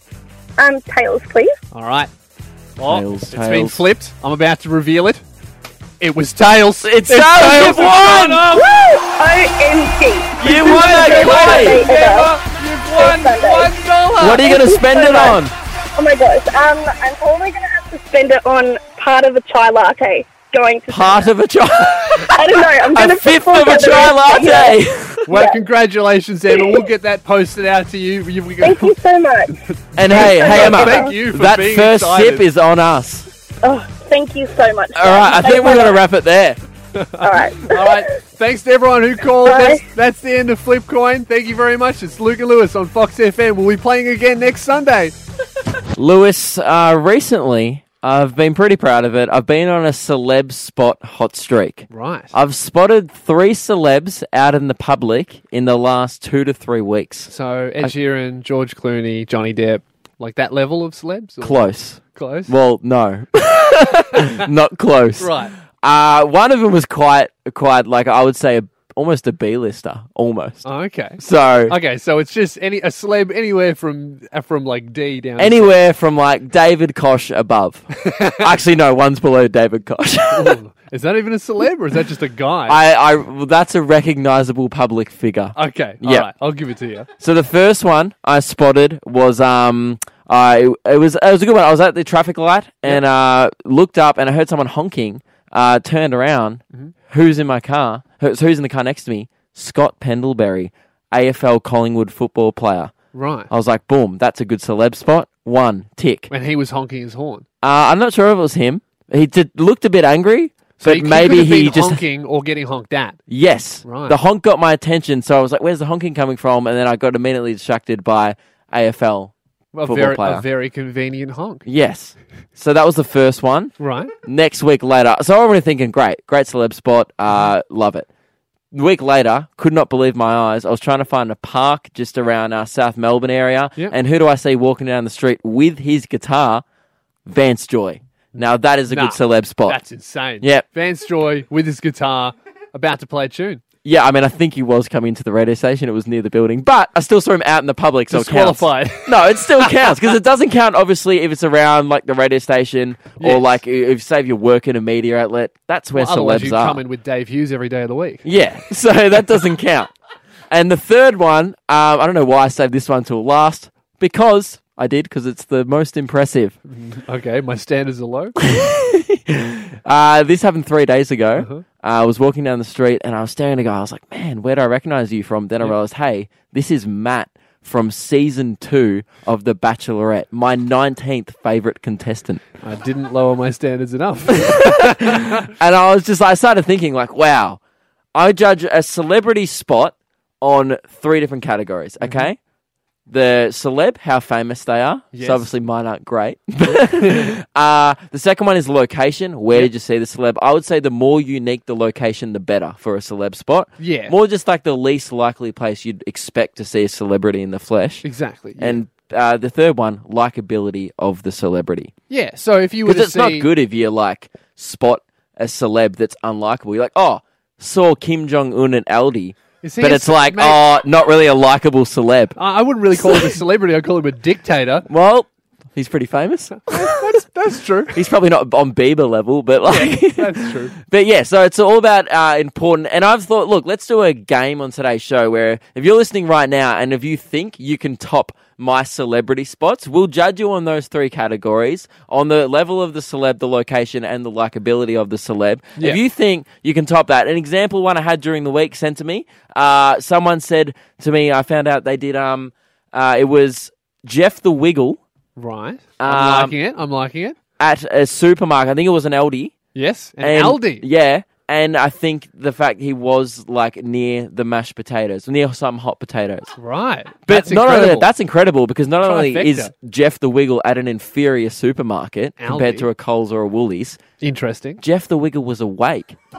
Speaker 5: Um, tails, please.
Speaker 3: All right. Oh,
Speaker 4: Tails,
Speaker 3: it's been
Speaker 4: tails.
Speaker 3: flipped. I'm about to reveal it. It was tails.
Speaker 4: It's tails. You've
Speaker 3: It's
Speaker 4: won.
Speaker 3: gone up.
Speaker 5: OMG.
Speaker 4: Oh, You won that
Speaker 5: Congratulations,
Speaker 4: coin!
Speaker 5: Emma.
Speaker 3: You've One, one dollar.
Speaker 4: What are you going to spend it on?
Speaker 5: Oh my gosh. Um, I'm probably going to have to spend it on part of a chai latte going to.
Speaker 4: Part of a chai,
Speaker 5: I don't know. I'm going
Speaker 4: a
Speaker 5: to
Speaker 4: fifth of a chai latte.
Speaker 3: Well, congratulations, Emma. We'll get that posted out to you. You- we-
Speaker 5: Thank you so much.
Speaker 4: And hey, hey Emma,
Speaker 3: Thank you for
Speaker 4: that
Speaker 3: being
Speaker 4: first
Speaker 3: excited.
Speaker 4: sip is on us.
Speaker 5: Oh, thank you so much.
Speaker 4: All right, I think we're going to wrap it there.
Speaker 5: All right.
Speaker 3: All right. Thanks to everyone who called.
Speaker 5: Bye.
Speaker 3: That's, that's the end of Flip Coin. Thank you very much. It's Luke and Lewis on Fox FM. We'll be playing again next Sunday.
Speaker 4: Lewis, uh, recently, I've been pretty proud of it. I've been on a celeb spot hot streak.
Speaker 3: Right.
Speaker 4: I've spotted three celebs out in the public in the last two to three weeks.
Speaker 3: So Ed Sheeran, George Clooney, Johnny Depp, like that level of celebs? or-
Speaker 4: Close.
Speaker 3: Close.
Speaker 4: Well, no, not close.
Speaker 3: right.
Speaker 4: Uh, one of them was quite, quite like I would say, a, almost a B-lister, almost.
Speaker 3: Oh, Okay.
Speaker 4: So
Speaker 3: Okay, so it's just any a celeb anywhere from uh, from like D down. to-
Speaker 4: anywhere from like David Kosh above. Actually, no, one's below David Kosh.
Speaker 3: is that even a celeb or is that just a guy?
Speaker 4: I, I, well, that's a recognizable public figure.
Speaker 3: okay, all
Speaker 4: Yeah.
Speaker 3: right, I'll give it to you.
Speaker 4: So the first one I spotted was um I it was it was a good one. I was at the traffic light and uh looked up and I heard someone honking. Uh, turned around.
Speaker 3: Mm-hmm.
Speaker 4: Who's in my car? Who's who's in the car next to me? Scott Pendlebury, AFL Collingwood football player.
Speaker 3: Right.
Speaker 4: I was like, boom, that's a good celeb spot. One tick. Uh,
Speaker 3: And he was honking his horn.
Speaker 4: I'm not sure if it was him. He did, looked a bit angry,
Speaker 3: So
Speaker 4: but
Speaker 3: he- he
Speaker 4: maybe
Speaker 3: could have
Speaker 4: he
Speaker 3: been
Speaker 4: just
Speaker 3: honking or getting honked at.
Speaker 4: Yes.
Speaker 3: Right.
Speaker 4: The honk got my attention, so I was like, where's the honking coming from? And then I got immediately distracted by AFL.
Speaker 3: A
Speaker 4: Football
Speaker 3: very,
Speaker 4: player.
Speaker 3: a very convenient honk.
Speaker 4: Yes. So that was the first one.
Speaker 3: Right.
Speaker 4: Next week later. So I'm already thinking, great, great celeb spot. Uh, love it. Week later, could not believe my eyes. I was trying to find a park just around our South Melbourne area.
Speaker 3: Yep.
Speaker 4: And who do I see walking down the street with his guitar? Vance Joy. Now that is a
Speaker 3: Nah,
Speaker 4: good celeb spot.
Speaker 3: That's insane.
Speaker 4: Yep.
Speaker 3: Vance Joy with his guitar about to play a tune.
Speaker 4: Yeah, I mean, I think he was coming to the radio station. It was near the building, but I still saw him out in the public. So it counts.
Speaker 3: Disqualified.
Speaker 4: No, it still counts because it doesn't count, obviously, if it's around like the radio station or
Speaker 3: Yes.
Speaker 4: like i- if, say, if you work in a media outlet, that's where
Speaker 3: Otherwise,
Speaker 4: celebs
Speaker 3: you
Speaker 4: are.
Speaker 3: come in with Dave Hughes every day of the week.
Speaker 4: Yeah, so that doesn't count. And the third one, um, I don't know why I saved this one till last because I did because it's the most impressive.
Speaker 3: Okay, my standards are low.
Speaker 4: Uh, this happened three days ago.
Speaker 3: Uh-huh.
Speaker 4: Uh, I was walking down the street and I was staring at a guy. I was like, man, where do I recognize you from? Then I realized, hey, this is Matt from season two of The Bachelorette, my 19th favorite contestant.
Speaker 3: I didn't lower my standards enough.
Speaker 4: And I was just, I started thinking, like, wow, I judge a celebrity spot on three different categories,
Speaker 3: Mm-hmm.
Speaker 4: okay? The celeb, how famous they are.
Speaker 3: Yes.
Speaker 4: So obviously mine aren't great. uh, the second one is location. Where did you see the celeb? I would say the more unique the location, the better for a celeb spot.
Speaker 3: Yeah.
Speaker 4: More just like the least likely place you'd expect to see a celebrity in the flesh.
Speaker 3: exactly. yeah.
Speaker 4: And uh, the third one, likability of the celebrity.
Speaker 3: yeah, so if you were to
Speaker 4: Because it's
Speaker 3: see-
Speaker 4: not good if you like spot a celeb that's unlikable. You're like, oh, saw Kim Jong Un and Aldi,
Speaker 3: Is he
Speaker 4: but
Speaker 3: a
Speaker 4: it's like,
Speaker 3: mate-
Speaker 4: oh, not really a likable celeb.
Speaker 3: I I wouldn't really call him a celebrity. I'd call him a dictator.
Speaker 4: Well, he's pretty famous.
Speaker 3: That's, that's true.
Speaker 4: he's probably not on Bieber level, but like,
Speaker 3: That's true.
Speaker 4: but yeah. So it's all about uh, important. And I've thought, look, let's do a game on today's show where if you're listening right now and if you think you can top my celebrity spots, we'll judge you on those three categories on the level of the celeb, the location, and the likability of the celeb.
Speaker 3: Yeah.
Speaker 4: If you think you can top that, an example one I had during the week sent to me, uh, someone said to me, I found out they did. Um, uh, it was Jeff the Wiggle
Speaker 3: Right. I'm
Speaker 4: Um,
Speaker 3: liking it. I'm liking it.
Speaker 4: at a supermarket. I think it was an Aldi.
Speaker 3: Yes. And,
Speaker 4: And-
Speaker 3: Aldi.
Speaker 4: Yeah. And I think the fact he was like near the mashed potatoes, near some hot potatoes.
Speaker 3: Right.
Speaker 4: But
Speaker 3: that's
Speaker 4: not only that,
Speaker 3: incredible.
Speaker 4: that's incredible because not only
Speaker 3: Trifecta.
Speaker 4: is Jeff the Wiggle at an inferior supermarket compared
Speaker 3: Aldi.
Speaker 4: to a Coles or a Woolies,
Speaker 3: interesting.
Speaker 4: Jeff the Wiggle was awake.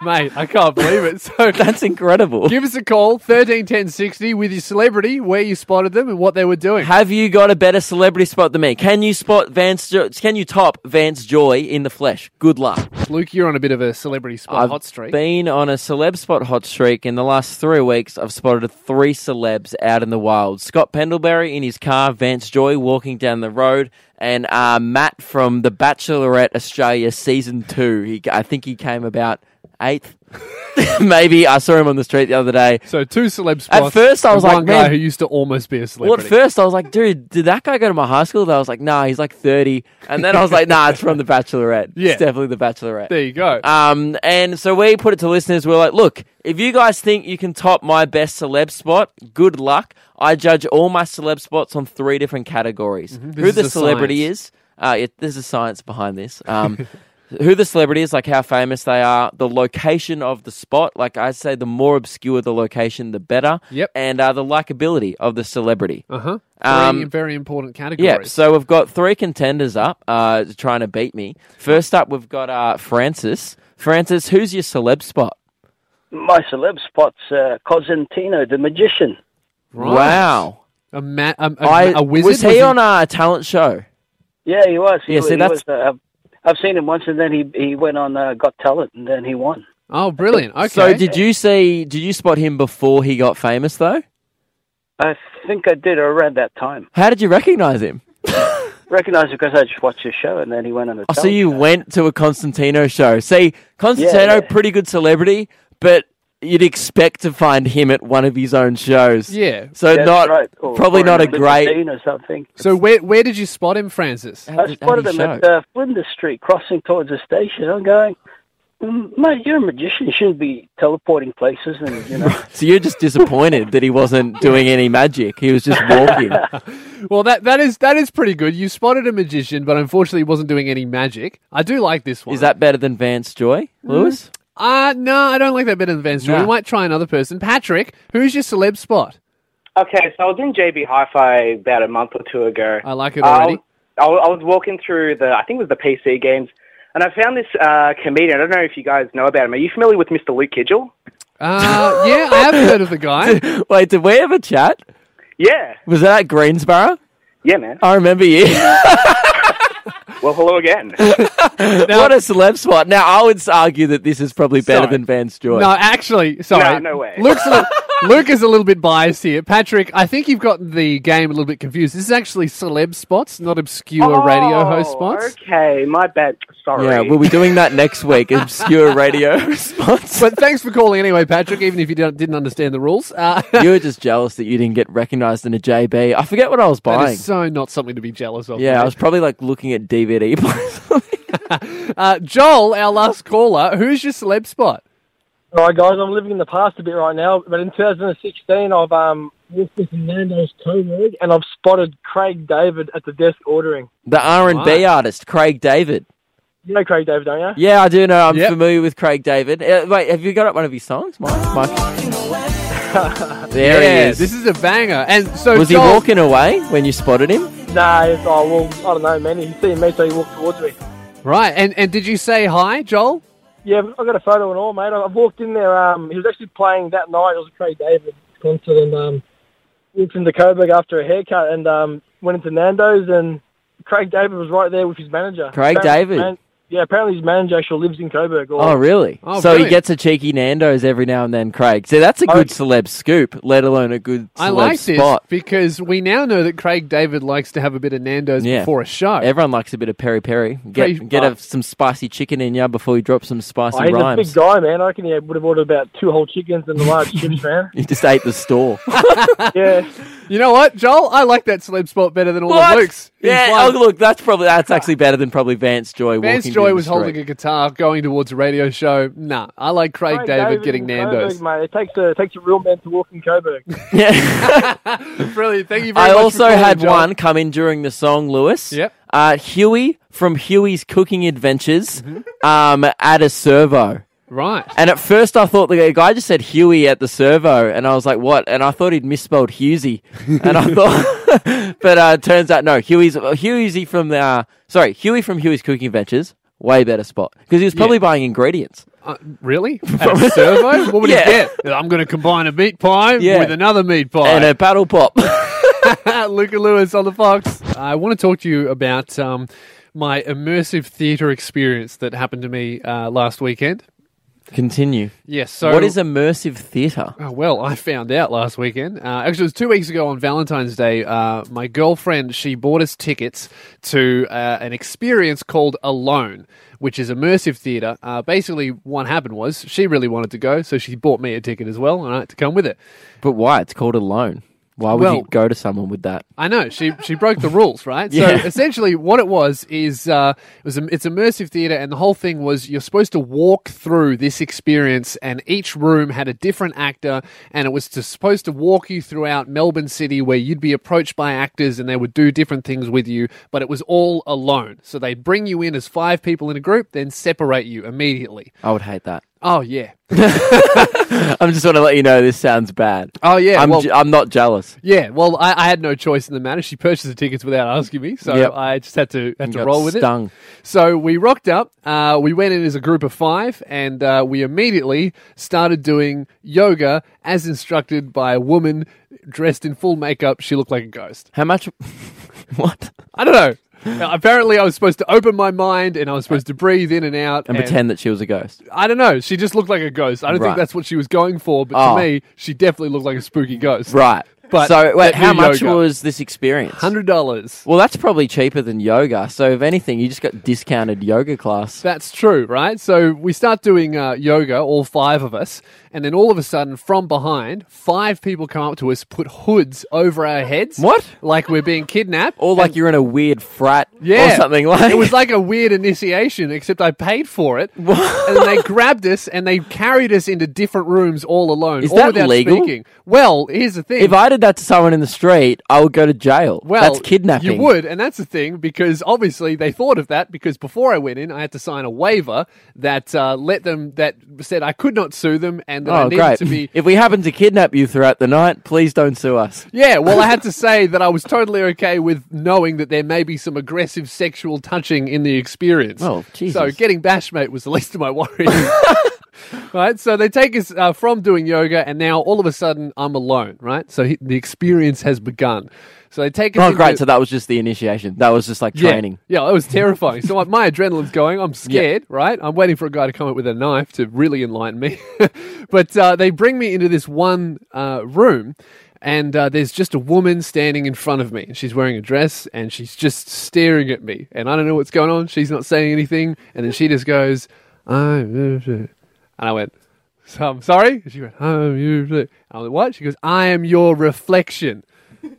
Speaker 3: Mate, I can't believe it. So
Speaker 4: That's incredible.
Speaker 3: give us a call, 131060, with your celebrity, where you spotted them and what they were doing.
Speaker 4: Have you got a better celebrity spot than me? Can you spot Vance? Jo- can you top Vance Joy in the flesh? Good luck.
Speaker 3: Luke, you're on a bit of a celebrity spot
Speaker 4: I've
Speaker 3: hot streak.
Speaker 4: Been on a celeb spot hot streak in the last three weeks. I've spotted three celebs out in the wild: Scott Pendlebury in his car, Vance Joy walking down the road, and uh, Matt from The Bachelorette Australia season two. He, I think he came about eighth. Maybe I saw him on the street the other day.
Speaker 3: So two celeb spots.
Speaker 4: first I
Speaker 3: and
Speaker 4: was like,
Speaker 3: one guy
Speaker 4: man-
Speaker 3: who used to almost be a
Speaker 4: Well, at
Speaker 3: celebrity.
Speaker 4: first I was like, dude, did that guy go to my high school? Though I was like, nah, he's like 30. And then I was like, nah, it's from The Bachelorette.
Speaker 3: Yeah.
Speaker 4: It's definitely The Bachelorette.
Speaker 3: there you go.
Speaker 4: Um, and so we put it to listeners. We're like, look, if you guys think you can top my best celeb spot, good luck. I judge all my celeb spots on three different categories: who
Speaker 3: Mm-hmm. This
Speaker 4: the
Speaker 3: is a
Speaker 4: celebrity is. Uh, it, there's a science behind this. Um, who the celebrity is, like how famous they are, the location of the spot. Like I say, the more obscure the location, the better.
Speaker 3: Yep.
Speaker 4: And uh, the likability of the celebrity.
Speaker 3: uh huh. Three
Speaker 4: um,
Speaker 3: very important categories.
Speaker 4: Yeah, so we've got three contenders up uh, trying to beat me. First up, we've got uh, Francis. Francis, who's your celeb spot?
Speaker 8: My celeb spot's uh, Cosentino, the magician.
Speaker 3: Right.
Speaker 4: Wow.
Speaker 3: A, ma- a, a,
Speaker 4: I,
Speaker 3: a wizard.
Speaker 4: was he on a talent show?
Speaker 8: Yeah, he was. He
Speaker 4: Yeah,
Speaker 8: was,
Speaker 4: see,
Speaker 8: he
Speaker 4: that's-
Speaker 8: was, uh, I've- I've seen him once, and then he he went on uh, Got Talent, and then he won.
Speaker 3: Oh, brilliant. Okay.
Speaker 4: So did you see, did you spot him before he got famous though?
Speaker 8: I think I did around that time.
Speaker 4: How did you recognize him?
Speaker 8: Recognised because I just watched his show, and then he went on the.
Speaker 4: Oh, so you went to a Constantino show. See, Constantino,
Speaker 8: yeah.
Speaker 4: pretty good celebrity, but you'd expect to find him at one of his own shows.
Speaker 3: Yeah.
Speaker 4: So
Speaker 8: That's
Speaker 4: not,
Speaker 8: right, or-
Speaker 4: probably
Speaker 8: or
Speaker 4: not a
Speaker 8: in
Speaker 4: great.
Speaker 8: 15 or something.
Speaker 3: So where where did you spot him, Francis?
Speaker 4: How
Speaker 8: I
Speaker 4: did- how
Speaker 8: spotted
Speaker 4: did
Speaker 8: him
Speaker 4: he
Speaker 8: at
Speaker 4: show?
Speaker 8: uh, Flinders Street, crossing towards the station. I'm going, "Mm, mate, you're a magician. You shouldn't be teleporting places, and you know.
Speaker 4: So you're just disappointed that he wasn't doing any magic. He was just walking.
Speaker 3: Well, that that is that is pretty good. You spotted a magician, but unfortunately, he wasn't doing any magic. I do like this one.
Speaker 4: Is that better than Vance Joy, Lewis?
Speaker 3: Uh no, I don't like that better than Vance Joy.
Speaker 4: Nah.
Speaker 3: We might try another person. Patrick, who's your celeb spot?
Speaker 9: Okay, so I was in JB Hi-Fi about a month or two ago.
Speaker 3: I like it already.
Speaker 9: I, was- I was walking through the, I think it was the PC games, and I found this uh, comedian. I don't know if you guys know about him. Are you familiar with Mr. Luke Kidgel?
Speaker 3: Uh, yeah, I have heard of the guy.
Speaker 4: Wait, did we have a chat?
Speaker 9: Yeah,
Speaker 4: Was that at Greensboro?
Speaker 9: yeah, man.
Speaker 4: I remember you.
Speaker 9: Well, hello again.
Speaker 4: what a celeb spot. Now, I would argue that this is probably better
Speaker 3: Sorry.
Speaker 4: than Vance Joy.
Speaker 3: No, actually, sorry.
Speaker 9: No, no way.
Speaker 3: Luke's a little, Luke is a little bit biased here. Patrick, I think you've gotten the game a little bit confused. This is actually celeb spots, not obscure radio host
Speaker 9: Oh,
Speaker 3: spots.
Speaker 9: Okay, my bad. Sorry.
Speaker 4: Yeah, we'll be doing that next week. Obscure radio response.
Speaker 3: But thanks for calling anyway, Patrick, even if you don't, didn't understand the rules. Uh,
Speaker 4: you were just jealous that you didn't get recognised in a JB. I forget what I was
Speaker 3: that
Speaker 4: buying.
Speaker 3: is so not something to be jealous of.
Speaker 4: yeah, I
Speaker 3: mate.
Speaker 4: was probably like looking at DVD players.
Speaker 3: Uh, Joel, our last caller, who's your celeb spot?
Speaker 10: All right, guys, I'm living in the past a bit right now, but in 2016, I've um, walked with Nando's Coburg and I've spotted Craig David at the desk ordering.
Speaker 4: the R and B artist Craig David.
Speaker 10: You know Craig David, don't you?
Speaker 4: Yeah, I do know. I'm
Speaker 3: Yep.
Speaker 4: familiar with Craig David. Uh, wait, have you got up one of his songs, Mike? Mike? there he
Speaker 3: yeah,
Speaker 4: is.
Speaker 3: this is a banger. And so
Speaker 4: was he
Speaker 3: Joel,
Speaker 4: walking away when you spotted him?
Speaker 10: Nah, it's, oh, well, I don't know, man. He's seen me, so he walked towards me.
Speaker 3: Right, and, and did you say hi, Joel?
Speaker 10: Yeah, I got a photo and all, mate. I- I've walked in there. Um, he was actually playing that night. It was a Craig David concert, and um, walked into Coburg after a haircut, and um, went into Nando's, and Craig David was right there with his manager.
Speaker 4: Craig
Speaker 10: Apparently his
Speaker 4: David?
Speaker 10: man- yeah, apparently his manager actually lives in Coburg. Or,
Speaker 4: Oh, really?
Speaker 3: Oh,
Speaker 4: so
Speaker 3: brilliant.
Speaker 4: he gets a cheeky Nando's every now and then, Craig. So that's a good
Speaker 10: I-
Speaker 4: celeb scoop, let alone a good celeb
Speaker 3: I like this
Speaker 4: spot.
Speaker 3: because we now know that Craig David likes to have a bit of Nando's
Speaker 4: Yeah.
Speaker 3: before a show.
Speaker 4: Everyone likes a bit of peri peri.
Speaker 3: Peri-
Speaker 4: Get get a, some spicy chicken in ya before you drop some spicy
Speaker 10: Oh, he's a
Speaker 4: rhymes.
Speaker 10: big guy, man. I reckon he would have ordered about two whole chickens and a large chips, man.
Speaker 4: You just ate the store.
Speaker 3: Oh,
Speaker 10: Yeah.
Speaker 3: you know what, Joel? I like that celeb spot better than all
Speaker 4: What?
Speaker 3: of Luke's. He's
Speaker 4: Yeah.
Speaker 3: won.
Speaker 4: Oh, look, that's probably that's actually better than probably Vance Joy.
Speaker 3: Vance
Speaker 4: walking
Speaker 3: Joy
Speaker 4: down
Speaker 3: was
Speaker 4: the street.
Speaker 3: holding a guitar going towards a radio show. Nah, I like Craig,
Speaker 10: Craig
Speaker 3: David,
Speaker 10: David
Speaker 3: getting
Speaker 10: in
Speaker 3: Nando's.
Speaker 10: Coburg, mate. It takes a it takes a real man to walk in Coburg.
Speaker 4: Yeah.
Speaker 3: Brilliant. Thank you very
Speaker 4: I
Speaker 3: much. for
Speaker 4: also
Speaker 3: calling,
Speaker 4: had
Speaker 3: Joel.
Speaker 4: one come in during the song, Lewis.
Speaker 3: Yep.
Speaker 4: Uh, Huey from Huey's Cooking Adventures
Speaker 3: Mm-hmm.
Speaker 4: um, at a servo.
Speaker 3: Right.
Speaker 4: And at first I thought the guy just said Huey at the servo, and I was like, what? And I thought he'd misspelled Husey. And I thought, but uh, it turns out, no, Huey's, Huey's from the, uh, sorry, Huey from Huey's Cooking Adventures. Way better spot because he was probably buying ingredients.
Speaker 3: Uh, really? At a servo? What would
Speaker 4: Yeah.
Speaker 3: he get? I'm going to combine a meat pie
Speaker 4: Yeah.
Speaker 3: with another meat pie.
Speaker 4: And a paddle pop.
Speaker 3: Luca Lewis on the Fox. I want to talk to you about um, my immersive theatre experience that happened to me uh, last weekend.
Speaker 4: Continue.
Speaker 3: Yes, so-
Speaker 4: what is immersive theatre?
Speaker 3: Oh, well, I found out last weekend. Uh, actually, it was two weeks ago on Valentine's Day. Uh, my girlfriend she bought us tickets to uh, an experience called Alone, which is immersive theatre. Uh, basically, what happened was she really wanted to go, so she bought me a ticket as well, and I had to come with it.
Speaker 4: But why? It's called alone. Why would
Speaker 3: Well-
Speaker 4: you go to someone with that?
Speaker 3: I know she she broke the rules, right?
Speaker 4: Yeah.
Speaker 3: So essentially, what it was is uh, it was it's immersive theater, and the whole thing was you're supposed to walk through this experience, and each room had a different actor, and it was to, supposed to walk you throughout Melbourne City, where you'd be approached by actors, and they would do different things with you, but it was all alone. So they bring you in as five people in a group, then separate you immediately.
Speaker 4: I would hate that.
Speaker 3: Oh yeah,
Speaker 4: I'm just want to let you know this sounds bad.
Speaker 3: Oh, yeah,
Speaker 4: I'm
Speaker 3: well-
Speaker 4: ju- I'm not jealous.
Speaker 3: yeah. Well, I, I had no choice in the matter. She purchased the tickets without asking me, so
Speaker 4: Yep.
Speaker 3: I just had to had
Speaker 4: You
Speaker 3: to
Speaker 4: got
Speaker 3: roll with it.
Speaker 4: stung.
Speaker 3: So we rocked up. Uh, we went in as a group of five, and uh, we immediately started doing yoga as instructed by a woman dressed in full makeup. She looked like a ghost.
Speaker 4: How much? what?
Speaker 3: I don't know. Now, apparently, I was supposed to open my mind, and I was supposed to breathe in and out
Speaker 4: And, pretend that she was a ghost.
Speaker 3: I don't know. She just looked like a ghost. I don't
Speaker 4: Right.
Speaker 3: think that's what she was going for, but
Speaker 4: Oh.
Speaker 3: to me, she definitely looked like a spooky ghost.
Speaker 4: Right.
Speaker 3: But
Speaker 4: so wait,
Speaker 3: that
Speaker 4: how
Speaker 3: new
Speaker 4: much
Speaker 3: yoga-
Speaker 4: was this experience?
Speaker 3: Hundred dollars.
Speaker 4: Well, that's probably cheaper than yoga. So if anything, you just got discounted yoga class.
Speaker 3: That's true, right? So we start doing uh, yoga, all five of us, and then all of a sudden, from behind, five people come up to us, put hoods over our heads.
Speaker 4: What?
Speaker 3: Like we're being kidnapped.
Speaker 4: Or like you're in a weird frat
Speaker 3: Yeah.
Speaker 4: or something like.
Speaker 3: It was like a weird initiation, except I paid for it. and then they grabbed us and they carried us into different rooms all alone.
Speaker 4: Is
Speaker 3: all
Speaker 4: that
Speaker 3: without
Speaker 4: legal?
Speaker 3: speaking. Well, here's the thing.
Speaker 4: if I did that to someone in the street, I would go to jail.
Speaker 3: Well,
Speaker 4: that's kidnapping.
Speaker 3: You would, and that's the thing because obviously they thought of that because before I went in, I had to sign a waiver that uh, let them that said I could not sue them and that I
Speaker 4: Oh,
Speaker 3: needed
Speaker 4: great!
Speaker 3: to be.
Speaker 4: if we happen to kidnap you throughout the night, please don't sue us.
Speaker 3: Yeah, well, I had to say that I was totally okay with knowing that there may be some aggressive sexual touching in the experience.
Speaker 4: Oh,
Speaker 3: So
Speaker 4: Jesus.
Speaker 3: getting bashmate was the least of my worries. right? So they take us uh, from doing yoga, and now all of a sudden I'm alone, right? So he, the experience has begun. So they take us.
Speaker 4: Oh,
Speaker 3: into-
Speaker 4: great! So that was just the initiation. That was just like training.
Speaker 3: Yeah, yeah it was terrifying. so like, my adrenaline's going. I'm scared, right? I'm waiting for a guy to come up with a knife to really enlighten me. but uh, they bring me into this one uh, room. And uh, there's just a woman standing in front of me. She's wearing a dress and she's just staring at me. And I don't know what's going on. She's not saying anything. And then she just goes, "Oh," and I went, so I'm sorry. She went, "Oh, you." And I went, "What?" She goes, "I am your reflection." And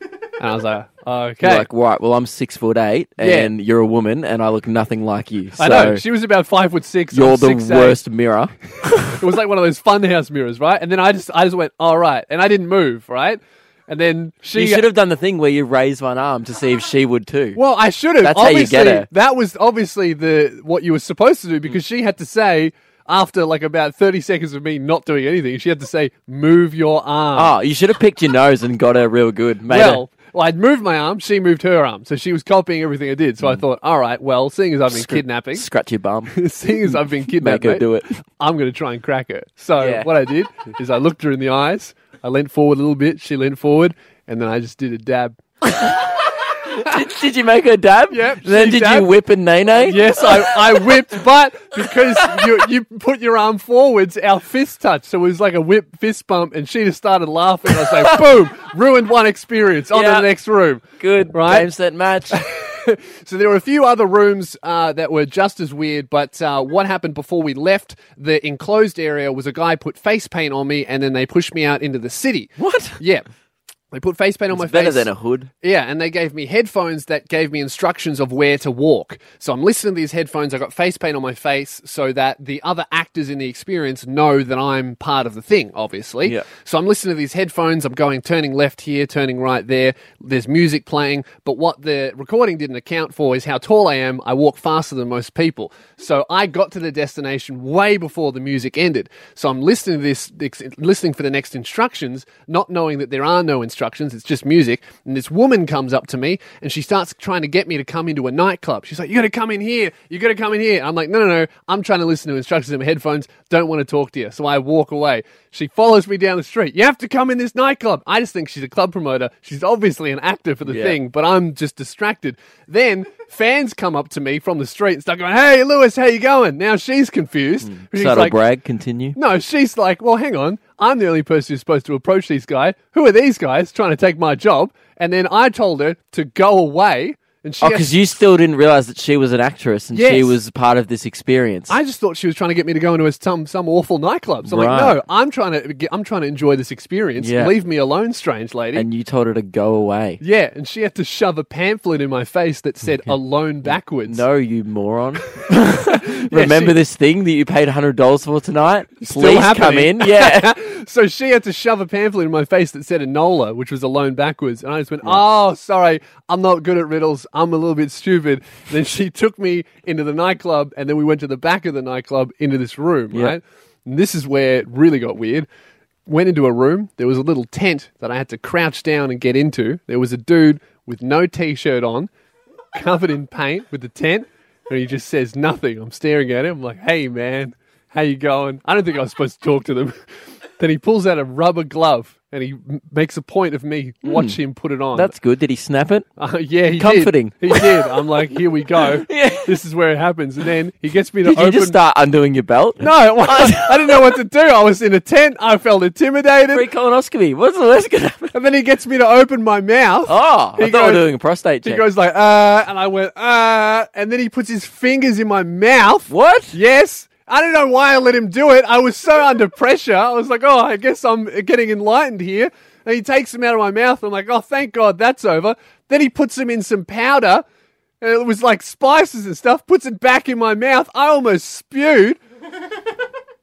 Speaker 3: I was like, "Okay."
Speaker 4: You're like, right, well, I'm six foot eight,
Speaker 3: Yeah.
Speaker 4: and you're a woman, and I look nothing like you. So
Speaker 3: I know. She was about five foot six.
Speaker 4: you're
Speaker 3: I'm
Speaker 4: the
Speaker 3: 6'8".
Speaker 4: worst mirror.
Speaker 3: It was like one of those funhouse mirrors, right? And then I just, I just went, all right, and I didn't move, right? And then she
Speaker 4: you should have done the thing where you raise one arm to see if she would too.
Speaker 3: Well, I should have.
Speaker 4: That's how you
Speaker 3: obviously,
Speaker 4: get her. Mm.
Speaker 3: That was obviously the what you were supposed to do because she had to say after like about thirty seconds of me not doing anything, she had to say, "Move your arm."
Speaker 4: Oh, you should have picked your nose and got her real good, mate.
Speaker 3: well. Well, I'd moved my arm, she moved her arm. So she was copying everything I did. So I
Speaker 4: Mm.
Speaker 3: thought, all right, well, seeing as I've been kidnapping,
Speaker 4: Scratch your bum.
Speaker 3: seeing as I've been
Speaker 4: Make
Speaker 3: kidnapped,
Speaker 4: her
Speaker 3: mate,
Speaker 4: do it.
Speaker 3: I'm going to try and crack her. So
Speaker 4: Yeah.
Speaker 3: what I did is I looked her in the eyes. I leant forward a little bit. She leant forward, and then I just did a dab.
Speaker 4: did, did you make her dab?
Speaker 3: Yep,
Speaker 4: Then
Speaker 3: she
Speaker 4: did
Speaker 3: dabbed.
Speaker 4: you whip and nay nay?
Speaker 3: Yes, I, I whipped, but because you you put your arm forwards, our fist touched. So it was like a whip fist bump, and she just started laughing. I was like, boom, ruined one experience. On to
Speaker 4: Yeah.
Speaker 3: the next room.
Speaker 4: Good.
Speaker 3: Right.
Speaker 4: Game set match.
Speaker 3: So there were a few other rooms uh, that were just as weird, but uh, what happened before we left the enclosed area was a guy put face paint on me, and then they pushed me out into the city.
Speaker 4: what?
Speaker 3: Yeah. They put face paint on my
Speaker 4: It's better
Speaker 3: face.
Speaker 4: than a hood.
Speaker 3: Yeah, and they gave me headphones that gave me instructions of where to walk. So I'm listening to these headphones. I got face paint on my face so that the other actors in the experience know that I'm part of the thing, obviously.
Speaker 4: Yeah.
Speaker 3: So I'm listening to these headphones. I'm going turning left here, turning right there. There's music playing. But what the recording didn't account for is how tall I am. I walk faster than most people. So I got to the destination way before the music ended. So I'm listening to this, listening for the next instructions, not knowing that there are no instructions instructions. It's just music. And this woman comes up to me and she starts trying to get me to come into a nightclub. She's like, "You got to come in here. You got to come in here." I'm like, "No, no, no. I'm trying to listen to instructions in my headphones. Don't want to talk to you." So I walk away. She follows me down the street. You have to come in this nightclub. I just think she's a club promoter. She's obviously an actor for the
Speaker 2: Yeah.
Speaker 3: thing, but I'm just distracted. Then fans come up to me from the street and start going, "Hey, Lewis, how you going?" Now she's confused. She's
Speaker 4: Subtle
Speaker 3: like,
Speaker 4: brag, continue.
Speaker 3: no, she's like, well, hang on. I'm the only person who's supposed to approach these guys. Who are these guys trying to take my job? And then I told her to go away. And she
Speaker 4: Oh, because you still didn't realize that she was an actress and she
Speaker 3: Yes.
Speaker 4: was part of this experience.
Speaker 3: I just thought she was trying to get me to go into a, some some awful nightclub. So I'm
Speaker 4: Right.
Speaker 3: like, no, I'm trying to get, I'm trying to enjoy this experience.
Speaker 4: Yeah.
Speaker 3: Leave me alone, strange lady.
Speaker 4: and you told her to go away.
Speaker 3: yeah, and she had to shove a pamphlet in my face that said "alone backwards."
Speaker 4: No, you moron. Remember
Speaker 3: she-
Speaker 4: this thing that you paid $100 for tonight?
Speaker 3: Still
Speaker 4: Please
Speaker 3: happening.
Speaker 4: come in. Yeah.
Speaker 3: so she had to shove a pamphlet in my face that said Enola, which was alone backwards. And I just went, oh, sorry, I'm not good at riddles. I'm a little bit stupid. then she took me into the nightclub, and then we went to the back of the nightclub into this room,
Speaker 4: Yeah.
Speaker 3: right? And this is where it really got weird. Went into a room. There was a little tent that I had to crouch down and get into. There was a dude with no t shirt on, covered in paint with the tent, and he just says nothing. I'm staring at him. I'm like, hey, man, how you going? I don't think I was supposed to talk to them. then he pulls out a rubber glove and he m- makes a point of me watch him put it on.
Speaker 4: Hmm. That's good. Did he snap it?
Speaker 3: Uh, yeah, he did.
Speaker 4: Comforting.
Speaker 3: He did. I'm like, here we go. This is where it happens. And then he gets me to
Speaker 4: Did
Speaker 3: open.
Speaker 4: you just start undoing your belt?
Speaker 3: no, I, I didn't know what to do. I was in a tent. I felt intimidated.
Speaker 4: Free colonoscopy. What's the worst going to happen?
Speaker 3: And then he gets me to open my mouth.
Speaker 4: Oh, I
Speaker 3: He
Speaker 4: thought we were
Speaker 3: goes-
Speaker 4: doing a prostate
Speaker 3: He
Speaker 4: check.
Speaker 3: goes like, uh, and I went, uh, and then he puts his fingers in my mouth.
Speaker 4: what?
Speaker 3: Yes. I don't know why I let him do it. I was so under pressure. I was like, oh, I guess I'm getting enlightened here. And he takes them out of my mouth. I'm like, oh, thank God that's over. Then he puts them in some powder. And it was like spices and stuff. Puts it back in my mouth. I almost spewed.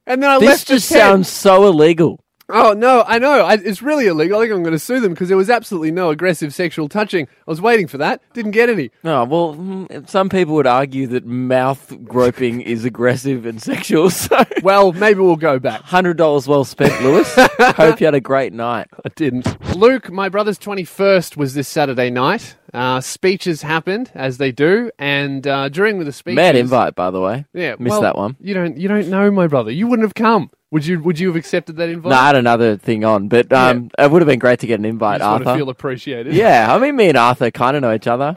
Speaker 3: And then I
Speaker 4: This
Speaker 3: left the
Speaker 4: just
Speaker 3: tent.
Speaker 4: sounds so illegal.
Speaker 3: Oh no, I know. I, it's really illegal. I think I'm going to sue them because there was absolutely no aggressive sexual touching. I was waiting for that. Didn't get any.
Speaker 4: No, well, mm, some people would argue that mouth groping is aggressive and sexual. So,
Speaker 3: Well, maybe we'll go back.
Speaker 4: hundred dollars well spent, Lewis. Hope you had a great night.
Speaker 3: I didn't. Luke, my brother's 21st was this Saturday night. Uh, speeches happened as they do, and uh, during the speeches,
Speaker 4: Mad invite, by the way.
Speaker 3: Yeah,
Speaker 4: missed
Speaker 3: well,
Speaker 4: that one.
Speaker 3: You don't. You don't know my brother. You wouldn't have come. Would you? Would you have accepted that invite?
Speaker 4: No, I had another thing on, but um, it would have been great to get an invite,
Speaker 3: I just want to
Speaker 4: Arthur.
Speaker 3: feel appreciated.
Speaker 4: yeah, I mean, me and Arthur kind of know each other.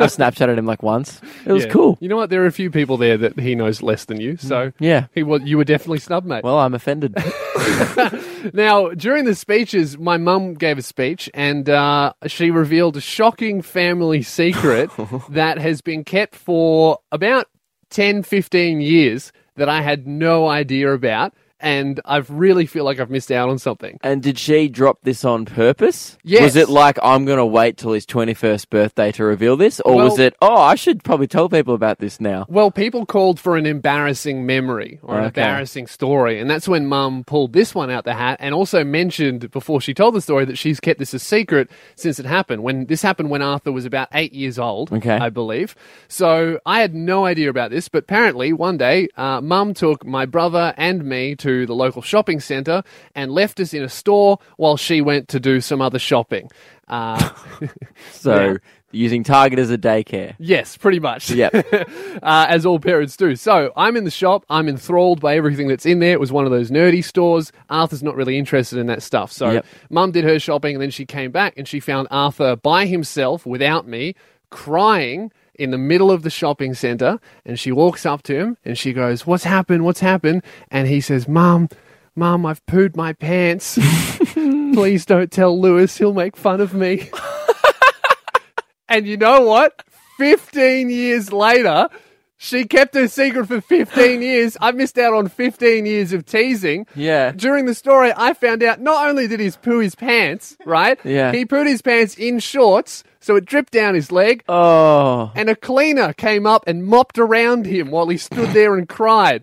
Speaker 4: I Snapchatted him like once. It was
Speaker 3: Yeah.
Speaker 4: cool. Mm.
Speaker 3: You know what? There are a few people there that he knows less than you, so
Speaker 4: Yeah.
Speaker 3: he was. You were definitely snub, mate.
Speaker 4: Well, I'm offended.
Speaker 3: Now, during the speeches, my mum gave a speech and uh, she revealed a shocking family secret that has been kept for about 10, 15 years that I had no idea about. And I really feel like I've missed out on something.
Speaker 4: and did she drop this on purpose?
Speaker 3: Yes.
Speaker 4: Was it like I'm going to wait till his 21st birthday to reveal this, or was
Speaker 3: Well-
Speaker 4: it? Oh, I should probably tell people about this now.
Speaker 3: Well, people called for an embarrassing memory or an
Speaker 4: Okay.
Speaker 3: embarrassing story. And that's when mum pulled this one out the hat and also mentioned before she told the story that she's kept this a secret since it happened. When this happened when Arthur was about eight years old,
Speaker 4: Okay.
Speaker 3: I believe. So I had no idea about this, but apparently one day, uh, mum took my brother and me to the local shopping centre and left us in a store while she went to do some other shopping. Uh,
Speaker 4: So
Speaker 3: Yeah.
Speaker 4: using Target as a daycare.
Speaker 3: yes, pretty much.
Speaker 4: Yep.
Speaker 3: uh, as all parents do. So I'm in the shop. I'm enthralled by everything that's in there. It was one of those nerdy stores. Arthur's not really interested in that stuff. So
Speaker 4: Yep.
Speaker 3: mum did her shopping and then she came back and she found Arthur by himself without me crying in the middle of the shopping center. And she walks up to him and she goes, What's happened? What's happened? And he says, Mum, Mum, I've pooed my pants. Please don't tell Lewis. He'll make fun of me. And you know what? 15 years later, she kept her secret for 15 years. I missed out on 15 years of teasing.
Speaker 4: Yeah.
Speaker 3: During the story, I found out not only did he poo his pants, right?
Speaker 4: Yeah.
Speaker 3: He pooed his pants in shorts, so it dripped down his leg.
Speaker 4: Oh.
Speaker 3: And a cleaner came up and mopped around him while he stood there and cried.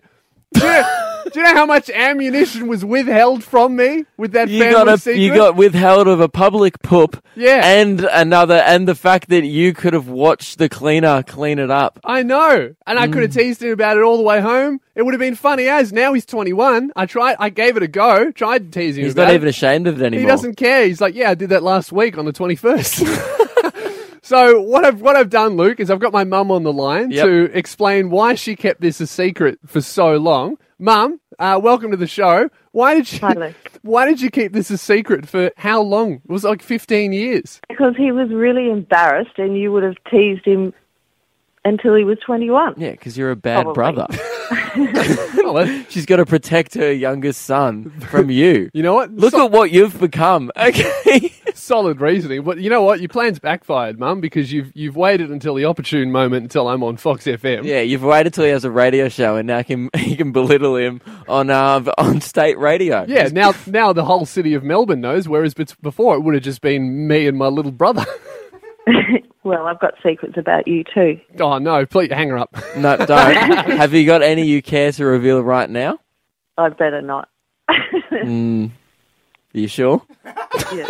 Speaker 3: Do you, do Do you know how much ammunition was withheld from me with that
Speaker 4: You
Speaker 3: family
Speaker 4: got a,
Speaker 3: secret?
Speaker 4: you got withheld of a public poop.
Speaker 3: Yeah.
Speaker 4: And another and the fact that you could have watched the cleaner clean it up.
Speaker 3: I know, and I could
Speaker 4: Mm.
Speaker 3: have teased him about it all the way home. It would have been funny as now he's 21. I tried, I gave it a go, tried to tease him.
Speaker 4: He's
Speaker 3: about
Speaker 4: not
Speaker 3: it.
Speaker 4: even ashamed of it anymore.
Speaker 3: He doesn't care. He's like, yeah, I did that last week on the 21st. so what I've what I've done, Luke, is I've got my mum on the line
Speaker 4: Yep.
Speaker 3: to explain why she kept this a secret for so long. Mum, uh, welcome to the show. Why did you Why did you keep this a secret for how long? It was like 15 years.
Speaker 11: Because he was really embarrassed and you would have teased him until he was 21.
Speaker 4: Yeah, because you're a bad
Speaker 11: Probably.
Speaker 4: brother. She's got to protect her youngest son from you.
Speaker 3: You know what?
Speaker 4: Look at what you've become. Okay.
Speaker 3: Solid reasoning. But you know what? Your plan's backfired, Mum, because you've you've waited until the opportune moment until I'm on Fox FM.
Speaker 4: Yeah, you've waited till he has a radio show, and now can you can belittle him on uh, on state radio.
Speaker 3: Yeah, now now the whole city of Melbourne knows, whereas bet- before it would have just been me and my little brother.
Speaker 11: Well, I've got secrets about you too.
Speaker 3: oh no, please hang her up.
Speaker 4: No, don't. Have you got any you care to reveal right now?
Speaker 11: I'd better not.
Speaker 4: Mm. Are you sure?
Speaker 11: Yeah.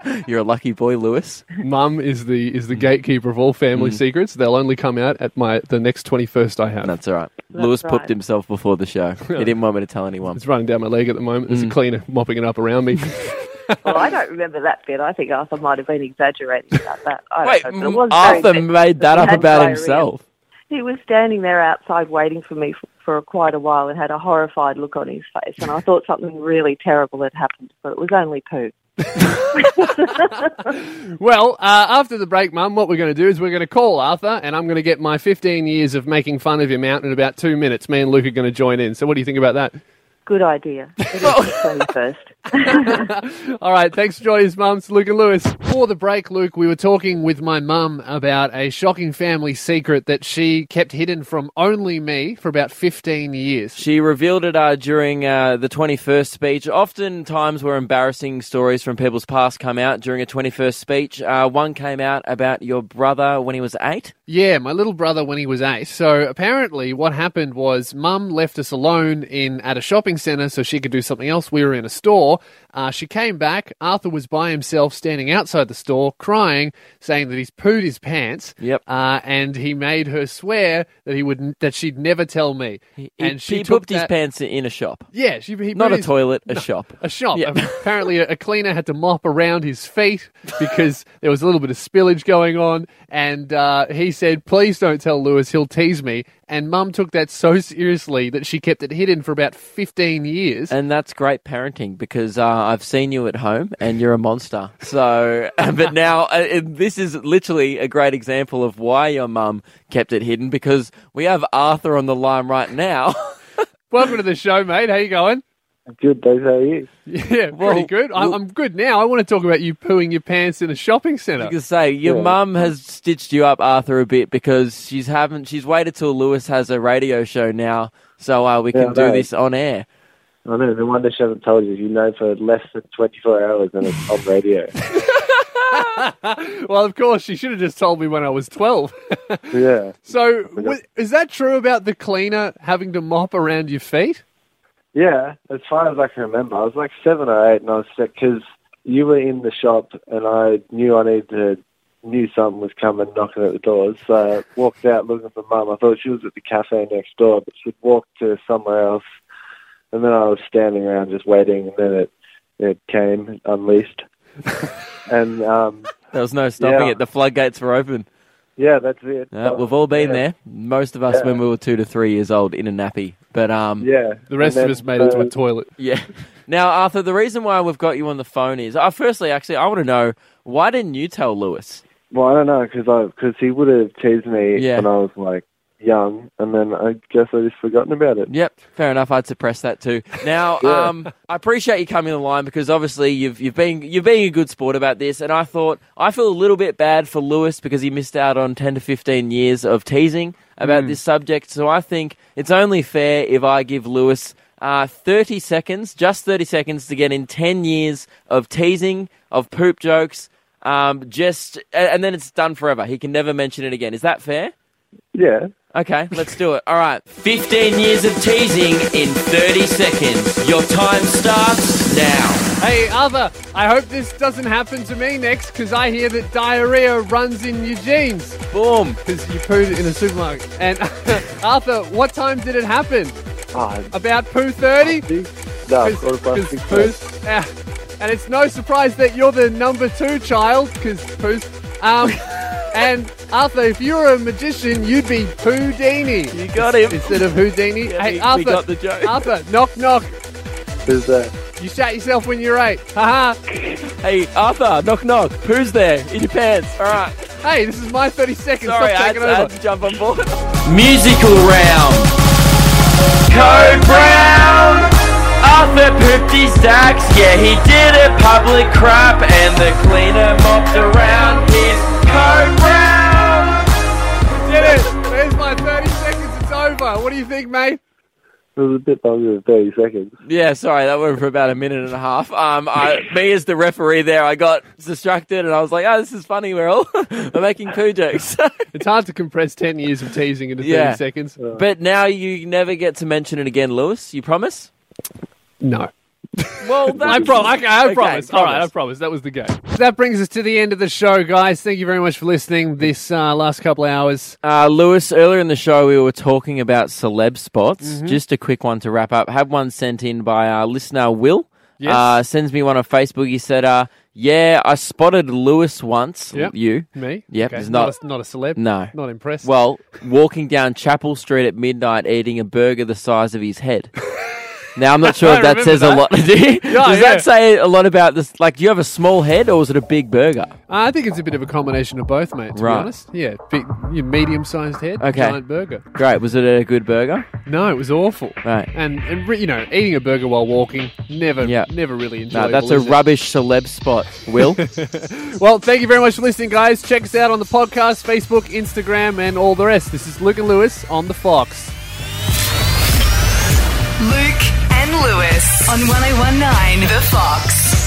Speaker 4: You're a lucky boy, Lewis.
Speaker 3: Mum is the is the gatekeeper of all family
Speaker 4: Mm.
Speaker 3: secrets. They'll only come out at my the next twenty first I have.
Speaker 4: That's all right. Lewis
Speaker 3: right.
Speaker 4: pooped himself before the show. He didn't want me to tell anyone.
Speaker 3: It's running down my leg at the moment.
Speaker 4: Mm.
Speaker 3: There's a cleaner mopping it up around me.
Speaker 11: well, I don't remember that bit. I think Arthur might have been exaggerating about that. I Wait,
Speaker 4: Mm, Arthur made that up
Speaker 11: had
Speaker 4: about
Speaker 11: diarrhea.
Speaker 4: himself.
Speaker 11: He was standing there outside waiting for me for, for quite a while and had a horrified look on his face. And I thought something really terrible had happened, but it was only poo.
Speaker 3: well, uh, after the break, Mum, what we're going to do is we're going to call Arthur, and I'm going to get my fifteen years of making fun of him out in about two minutes. Me and Luke are going to join in. So, what do you think about that?
Speaker 11: Good idea. It is the
Speaker 3: first. All right, thanks for joining us, mums. Luke and Lewis. For the break, Luke, we were talking with my mum about a shocking family secret that she kept hidden from only me for about 15 years.
Speaker 4: She revealed it uh, during uh, the 21st speech. Often times where embarrassing stories from people's past come out during a 21st speech. Uh, one came out about your brother when he was eight.
Speaker 3: Yeah, my little brother when he was eight. So apparently, what happened was mum left us alone in at a shopping centre so she could do something else. We were in a store. Uh, she came back. Arthur was by himself, standing outside the store, crying, saying that he's pooed his pants. Yep. Uh, and he made her swear that he would n- that she'd never tell me. and
Speaker 4: he
Speaker 3: took
Speaker 4: pooped his
Speaker 3: that-
Speaker 4: pants in a shop.
Speaker 3: Yeah, she he
Speaker 4: Not
Speaker 3: pooed
Speaker 4: a
Speaker 3: his-
Speaker 4: toilet, a shop.
Speaker 3: a shop. Apparently, a, a cleaner had to mop around his feet because there was a little bit of spillage going on. And uh, he said, Please don't tell Lewis, he'll tease me. And mum took that so seriously that she kept it hidden for about 15 years.
Speaker 4: And that's great parenting because uh, I've seen you at home and you're a monster. So, but now uh, it- this is literally a great example of why your mum kept it hidden because we have Arthur on the line right now.
Speaker 3: Welcome to the show, mate. How you going?
Speaker 12: Good, Dave. How are you?
Speaker 3: Yeah, pretty
Speaker 4: Well,
Speaker 3: good. I,
Speaker 4: well-
Speaker 3: I'm good now. I want to talk about you pooing your pants in a shopping centre.
Speaker 12: Uh,
Speaker 4: You can say your mum has stitched you up, Arthur, a bit because she's haven't. She's waited till Lewis has a radio show now, so uh, we
Speaker 12: Yeah,
Speaker 4: can
Speaker 12: I
Speaker 4: do
Speaker 12: know.
Speaker 4: this on air.
Speaker 12: I know. No wonder she hasn't told you. You know for less than 24 hours and it's on radio.
Speaker 3: well, of course, she should have just told me when I was 12.
Speaker 12: yeah.
Speaker 3: so, w- is that true about the cleaner having to mop around your feet?
Speaker 12: Yeah, as far as I can remember, I was like seven or eight and I was sick because you were in the shop and I knew I needed to, knew something was coming knocking at the doors. So I walked out looking for mum. I thought she was at the cafe next door, but she'd walked to somewhere else. And then I was standing around just waiting and then it, it came, it unleashed. and um,
Speaker 4: There was no stopping
Speaker 12: Yeah.
Speaker 4: it. The floodgates were open.
Speaker 12: yeah, that's it.
Speaker 4: Uh, we've all been there. Most of us when we were two to three years old in a nappy. But um,
Speaker 12: Yeah.
Speaker 3: The rest of us made it to a toilet.
Speaker 4: Yeah. Now, Arthur, the reason why we've got you on the phone is, uh, firstly, actually, I want to know why didn't you tell Lewis?
Speaker 12: Well, I don't know because I because he would have teased me
Speaker 4: Yeah.
Speaker 12: when I was like young, and then I guess I just forgotten about it.
Speaker 4: Yep, fair enough. I'd suppress that too. Now,
Speaker 12: Yeah.
Speaker 4: um, I appreciate you coming on the line because obviously you've you've been you've been a good sport about this, and I thought I feel a little bit bad for Lewis because he missed out on ten to fifteen years of teasing about
Speaker 12: Hmm.
Speaker 13: Mm.
Speaker 4: this subject. So I think it's only fair if I give Lewis uh, thirty seconds, just thirty seconds, to get in ten years of teasing of poop jokes. Um, just a- and then it's done forever. He can never mention it again. Is that fair?
Speaker 12: Yeah,
Speaker 4: Okay, let's do it. All right. 15 years of teasing in 30 seconds. Your time starts now.
Speaker 3: Hey, Arthur, I hope this doesn't happen to me next because I hear that diarrhea runs in your jeans.
Speaker 4: Boom.
Speaker 3: Because you pooed in a supermarket. And Arthur, what time did it happen?
Speaker 12: Ah,
Speaker 3: About poo 30?
Speaker 12: No, quarter past six.
Speaker 3: Pooh. Uh, and it's no surprise that you're the number two child because Pooh. Um, and Arthur, if you were a magician, you'd be Houdini. You
Speaker 4: got him.
Speaker 3: Instead of Houdini.
Speaker 4: Yeah,
Speaker 3: hey,
Speaker 4: we- we
Speaker 3: Arthur.
Speaker 4: got the joke.
Speaker 3: Arthur, knock, knock.
Speaker 12: Who's that?
Speaker 3: You shat yourself when you're eight. Haha.
Speaker 4: Hey, Arthur, knock knock. Pooh's there in your pants. All right.
Speaker 3: Hey, this is my 30 seconds.
Speaker 4: Sorry,
Speaker 3: Stop
Speaker 4: I had,
Speaker 3: taking
Speaker 4: to, I had
Speaker 3: over.
Speaker 4: to jump on board.
Speaker 2: Musical round.
Speaker 4: Code Brown. Arthur pooped his dacks. Yeah, he did a public crap, and the cleaner mopped around his code brown.
Speaker 3: Did it. There's my 30 seconds. It's over. What do you think, mate?
Speaker 12: It was a bit longer than 30 seconds.
Speaker 4: Yeah, sorry, that went for about a minute and a half. Um, I, me as the referee there, I got distracted and I was like, oh, this is funny, we're all we're making poo jokes.
Speaker 3: It's hard to compress 10 years of teasing into 30
Speaker 4: Yeah.
Speaker 3: seconds.
Speaker 4: but now you never get to mention it again, Lewis. You promise?
Speaker 3: No.
Speaker 4: Well,
Speaker 3: I,
Speaker 4: that's-
Speaker 3: pro- I, I
Speaker 4: Okay,
Speaker 3: promise. All right, I promise. That was the game. That brings us to the end of the show, guys. Thank you very much for listening this uh, last couple of hours.
Speaker 4: Uh, Lewis, earlier in the show, we were talking about celeb spots.
Speaker 3: Mm-hmm.
Speaker 4: Just a quick one to wrap up. Had one sent in by our listener, Will.
Speaker 3: Yes.
Speaker 4: Uh, sends me one on Facebook. He said, uh, Yeah, I spotted Lewis once.
Speaker 3: Yep.
Speaker 4: You.
Speaker 3: Me?
Speaker 4: Yep.
Speaker 3: Okay.
Speaker 4: it's
Speaker 3: Not a- not a celeb?
Speaker 4: No.
Speaker 3: Not impressed?
Speaker 4: Well, walking down Chapel Street at midnight eating a burger the size of his head. Now I'm not sure
Speaker 3: I
Speaker 4: if that
Speaker 3: remember
Speaker 4: says a
Speaker 3: that.
Speaker 4: lot. Do you- Does
Speaker 3: Yeah, yeah.
Speaker 4: that say a lot about this? Like, do you have a small head or was it a big burger?
Speaker 3: Uh, I think it's a bit of a combination of both, mate, to
Speaker 4: Right.
Speaker 3: be honest. Yeah, big, your medium-sized head,
Speaker 4: Okay.
Speaker 3: giant burger.
Speaker 4: Great. Was it a good burger?
Speaker 3: No, it was awful.
Speaker 4: Right.
Speaker 3: And, and re- you know, eating a burger while walking, never,
Speaker 4: Yeah.
Speaker 3: never really enjoyable.
Speaker 4: No, that's a
Speaker 3: is it?
Speaker 4: rubbish celeb spot. Will.
Speaker 3: Well, thank you very much for listening, guys. Check us out on the podcast, Facebook, Instagram, and all the rest. This is Luke and Lewis on the Fox.
Speaker 1: oh Luke and Lewis on 1019 The Fox.